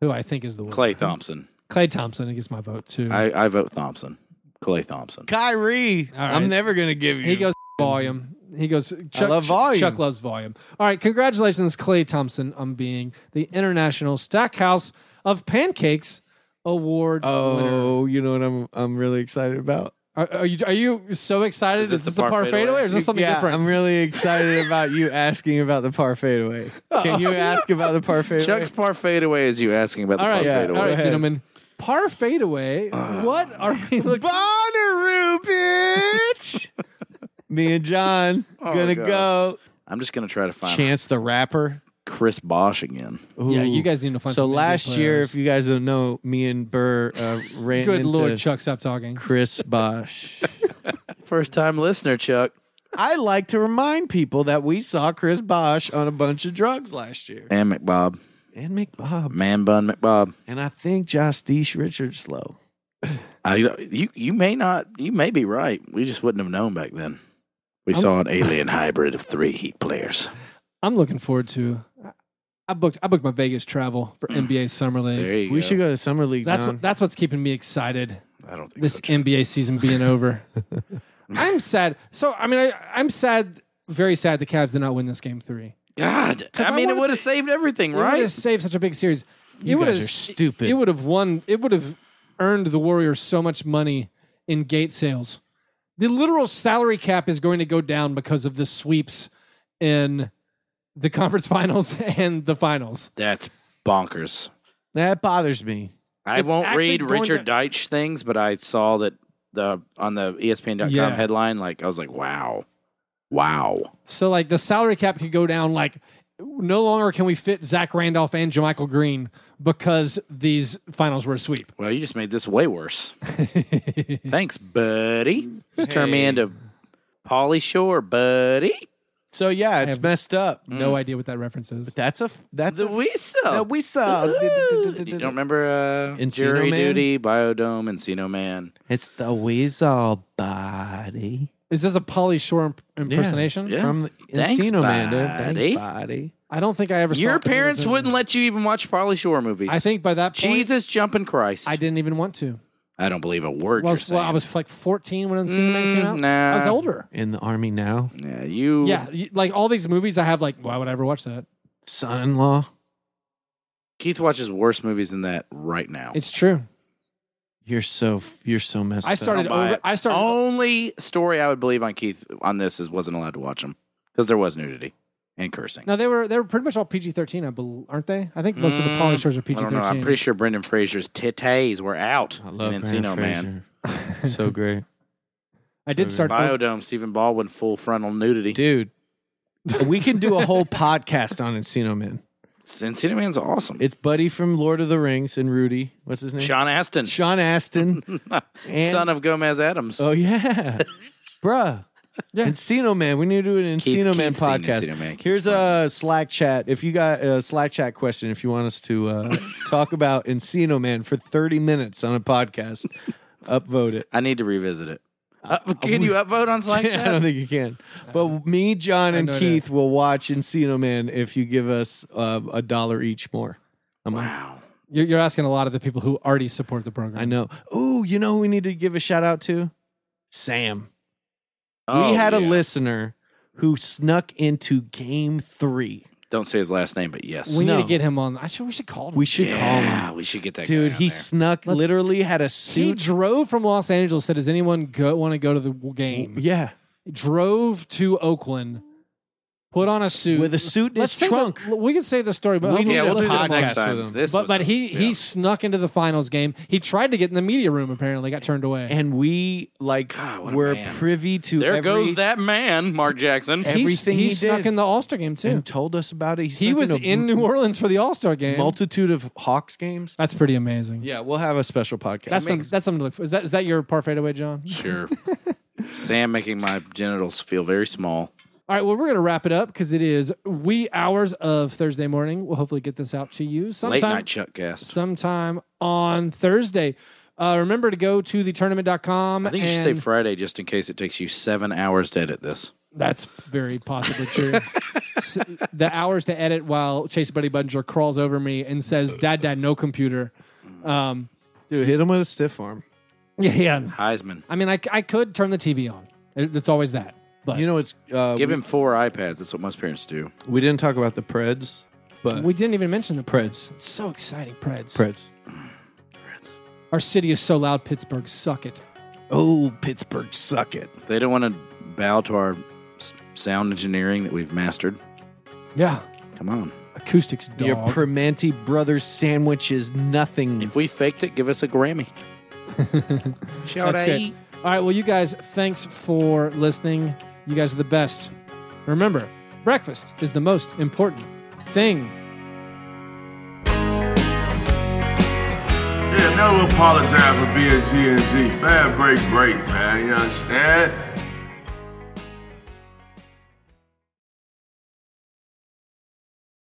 A: who I think is the winner.
C: Clay Thompson.
A: Clay Thompson gets my vote too.
C: I, I vote Thompson. Clay Thompson.
B: Kyrie.
A: All right.
B: I'm never going to give you.
A: he goes volume. He goes. Chuck,
B: love volume.
A: Chuck loves volume. All right, congratulations, Clay Thompson, on being the International Stackhouse of Pancakes Award winner.
B: Oh, you know what I'm I'm really excited about?
A: Are, are you are you so excited? Is
C: Is this
A: this,
C: the
A: a
C: par
A: par
C: fadeaway?
A: fadeaway or is this something
B: yeah,
A: different?
B: I'm really excited about you asking about the par [LAUGHS] fadeaway. Can you ask about the par fadeaway?
C: Chuck's par fadeaway is you asking about the
A: all right,
C: par
B: yeah,
A: all
C: fadeaway. Uh.
A: right,
B: ahead.
A: gentlemen. Par fadeaway. what are we looking?
B: Bonnaroo, [LAUGHS] bitch. Me and John
C: Oh,
B: gonna
C: God.
B: go.
C: I'm just gonna try to find
B: Chance the rapper.
C: Chris Bosch again.
A: Yeah, you
B: Ooh.
A: guys need to find.
B: So
A: some NBA
B: last year,
A: players.
B: if you guys don't know, me and Burr [LAUGHS] uh, ran
A: good
B: into
A: lord, Chuck, stop talking.
B: Chris Bosch.
C: First time listener, Chuck.
B: [LAUGHS] I like to remind people that we saw Chris Bosch on a bunch of drugs last year.
C: And McBob.
B: And McBob.
C: Man bun McBob.
B: And I think Josh D. Richards slow.
C: I, you you may not you may be right. We just wouldn't have known back then. We
A: I'm-
C: saw an alien hybrid of three Heat players.
A: I'm looking forward to. I booked. I booked my Vegas travel for NBA Summer League.
C: There you
B: We should go to summer league.
A: That's
B: John.
A: what, that's what's keeping me excited.
C: I don't think
A: This
C: so. Chuck.
A: NBA season being over. I'm sad. So I mean, I, I'm sad. Very sad. The Cavs did not win this game three.
C: God,
A: 'Cause I
C: I mean, it
A: wanted
C: would have
A: to-
C: saved everything,
A: It would
C: right?
A: have saved such a big series.
B: You
A: it would
B: guys
A: have
B: are stupid.
A: It would have won. It would have earned the Warriors so much money in gate sales. The literal salary cap is going to go down because of the sweeps in the [LAUGHS] conference finals and the finals.
C: That's bonkers.
B: that bothers me.
C: I
A: It's
C: won't
A: actually
C: read
A: going
C: Richard Deitch things, but I saw that the on the E ESPN.com
A: Yeah.
C: headline. Like I was like, wow, wow.
A: So like the salary cap could go down. Like no longer can we fit Zach Randolph and Jamichael Green because these finals were a
C: [LAUGHS]
A: sweep.
C: Well, you just made this
A: [LAUGHS]
C: way worse. Thanks, buddy. Just turn me
B: Hey.
C: into Polly Shore, buddy.
B: So yeah, it's
A: have-
B: messed up.
C: Mm.
A: No idea what that reference is.
B: That's a f- that's
C: The
B: a f-
C: whistle.
B: that we saw.
C: Woo! you don't remember uh,
B: Encino
C: Jury
B: Man?
C: Duty, Biodome, Encino Man?
B: It's the weasel body
A: Is this a Polly Shore imp- impersonation?
C: Yeah.
B: from the
C: Thanks,
B: Encino Man. dude.
C: buddy.
B: Thanks, body.
A: I don't think I ever. saw it
C: Your
A: when it was
C: parents
A: in-
C: wouldn't let you even watch Polly Shore movies.
A: I think by that point,
C: Jesus jumping Christ.
A: I
C: I,
A: didn't even want to.
C: don't believe a word
A: Well, I
C: you're
A: was- well, I
C: saying.
A: was like 14 when Unseen Man came
C: Mm,
A: out.
C: nah.
A: I was older.
B: In the army now,
C: yeah, you.
A: Yeah, y- like all these movies, I have like, why would I ever watch that?
B: son-in-law.
C: Keith watches worse movies than that right now.
A: It's true.
B: You're so f- you're so messed.
A: I
B: up.
A: started
C: buy
A: over.
C: it. Oh.
A: I started.
C: Only story I would believe on Keith on this is wasn't allowed to watch them because there was nudity and cursing.
A: No, they were they were pretty much all PG thirteen, I believe, aren't they? I think most of the Polly
C: Mm,
A: Shores are
C: I
A: PG
C: don't know. I'm pretty
A: thirteen.
C: sure Brendan Fraser's titties were out
B: I love
C: in
B: Brandon
C: Encino Man.
B: Fraser. [LAUGHS] so great,
A: I did
B: Sorry.
A: start. oh,
C: Biodome, Stephen Baldwin, full frontal nudity.
B: dude. we can do a [LAUGHS] whole podcast on Encino Man.
C: Encino Man's awesome.
B: It's Buddy from Lord of the Rings and Rudy. What's his name?
C: Sean Astin,
B: Sean Astin.
C: [LAUGHS]
B: and-
C: son of Gomez Adams.
B: Oh
C: [LAUGHS]
B: yeah, bruh.
A: Yeah.
B: Encino Man. We need to do an
C: Keith-
B: Encino Man
C: Keith's seen
B: podcast.
C: Encino Man. Keith's
B: Here's
C: fine.
B: a Slack chat. If you got a Slack chat question, if you want us to uh,
C: [LAUGHS]
B: talk about Encino Man for 30 minutes on a
C: [LAUGHS]
B: podcast, upvote it.
C: I need to revisit it. Uh,
A: [LAUGHS]
C: can you upvote on
B: [LAUGHS]
C: Slack
B: I don't
C: Chat? Uh,
B: think you can. But me, John, and
A: no idea.
B: Keith will watch Encino Man if you give us uh, a dollar each more. I'm like,
C: Wow.
A: You're, you're asking a lot of the people who already support the program.
B: I know. Ooh, you know who we need to give a shout out to? Sam.
C: Oh,
B: we had a
C: yeah.
B: listener who snuck into game three.
C: Don't say his last name, but yes.
A: We need
B: No.
A: to get him on. I should, we should call him.
B: We should call him.
C: We should get that
B: Dude,
C: guy on
B: he
C: there.
B: snuck,
A: Let's-
B: literally had a
A: he
B: suit.
A: drove from Los Angeles. Said, "Does anyone go, want to go to the game?"
B: Yeah,
A: Drove to Oakland, put on a suit
B: with a suit in his
A: save
B: trunk.
A: the- we can say the story, but
B: We
A: hopefully
B: need
C: yeah, we'll
B: a
A: do
C: do
A: it
C: this
B: podcast
C: next
A: tomorrow.
C: time.
B: with him.
C: This
A: But
C: was
A: but
C: a-
A: he
C: yeah.
A: he snuck into the finals game. He tried to get in the media room. Apparently, got turned away.
B: and we like
C: God, what a
B: were
C: man.
B: privy to
C: There
B: every,
C: goes that man, Mark Jackson.
B: Every-
A: He-
B: everything
A: he,
B: he
A: snuck
B: did.
A: in the All Star game too.
B: and told us about it.
A: he
B: snuck
A: was
B: a
A: in New Orleans for the All Star game.
B: multitude of Hawks games.
A: that's pretty amazing.
B: Yeah, we'll have a special podcast.
A: that's some, that's something to look for. Is that is that your parfait away, John?
C: [LAUGHS] Sure. Sam making my genitals feel very small.
A: All right, well, we're gonna wrap it up because it is wee hours of Thursday morning. We'll hopefully get this out to you
C: Late
A: sometime
C: night Chuck cast.
A: sometime on Thursday. Uh, remember to go to the tournament.com.
C: I think you should
A: and
C: say Friday just in case it takes you seven hours to edit this.
A: That's very possibly true. S the hours to edit while Chase Buddy Budinger crawls over me and says, "Dad, Dad, no computer." Um,
B: Dude, hit him with a stiff arm.
A: yeah, yeah.
C: Heisman.
A: I mean, I, I could turn the TV on. It- It's always that. But
B: You know, it's uh,
C: Give
B: we,
C: him four iPads. That's what most parents do.
B: we didn't talk about the Preds, but
A: we didn't even mention the
B: Preds,
A: It's so exciting, Preds.
B: Preds.
A: Our city is so loud. Pittsburgh, suck it.
B: Oh, Pittsburgh, suck it.
C: If they don't want to bow to our s- sound engineering that we've mastered,
A: Yeah,
C: come on.
A: acoustics dog.
B: Your Primanti brothers sandwich is nothing.
C: If we faked it, give us a Grammy. Shout
A: That's good. All right, well, you guys, thanks for listening. You guys are the best. Remember, breakfast is the most important thing.
D: Yeah, never apologize for being G and G. Fab break, break, man. You understand?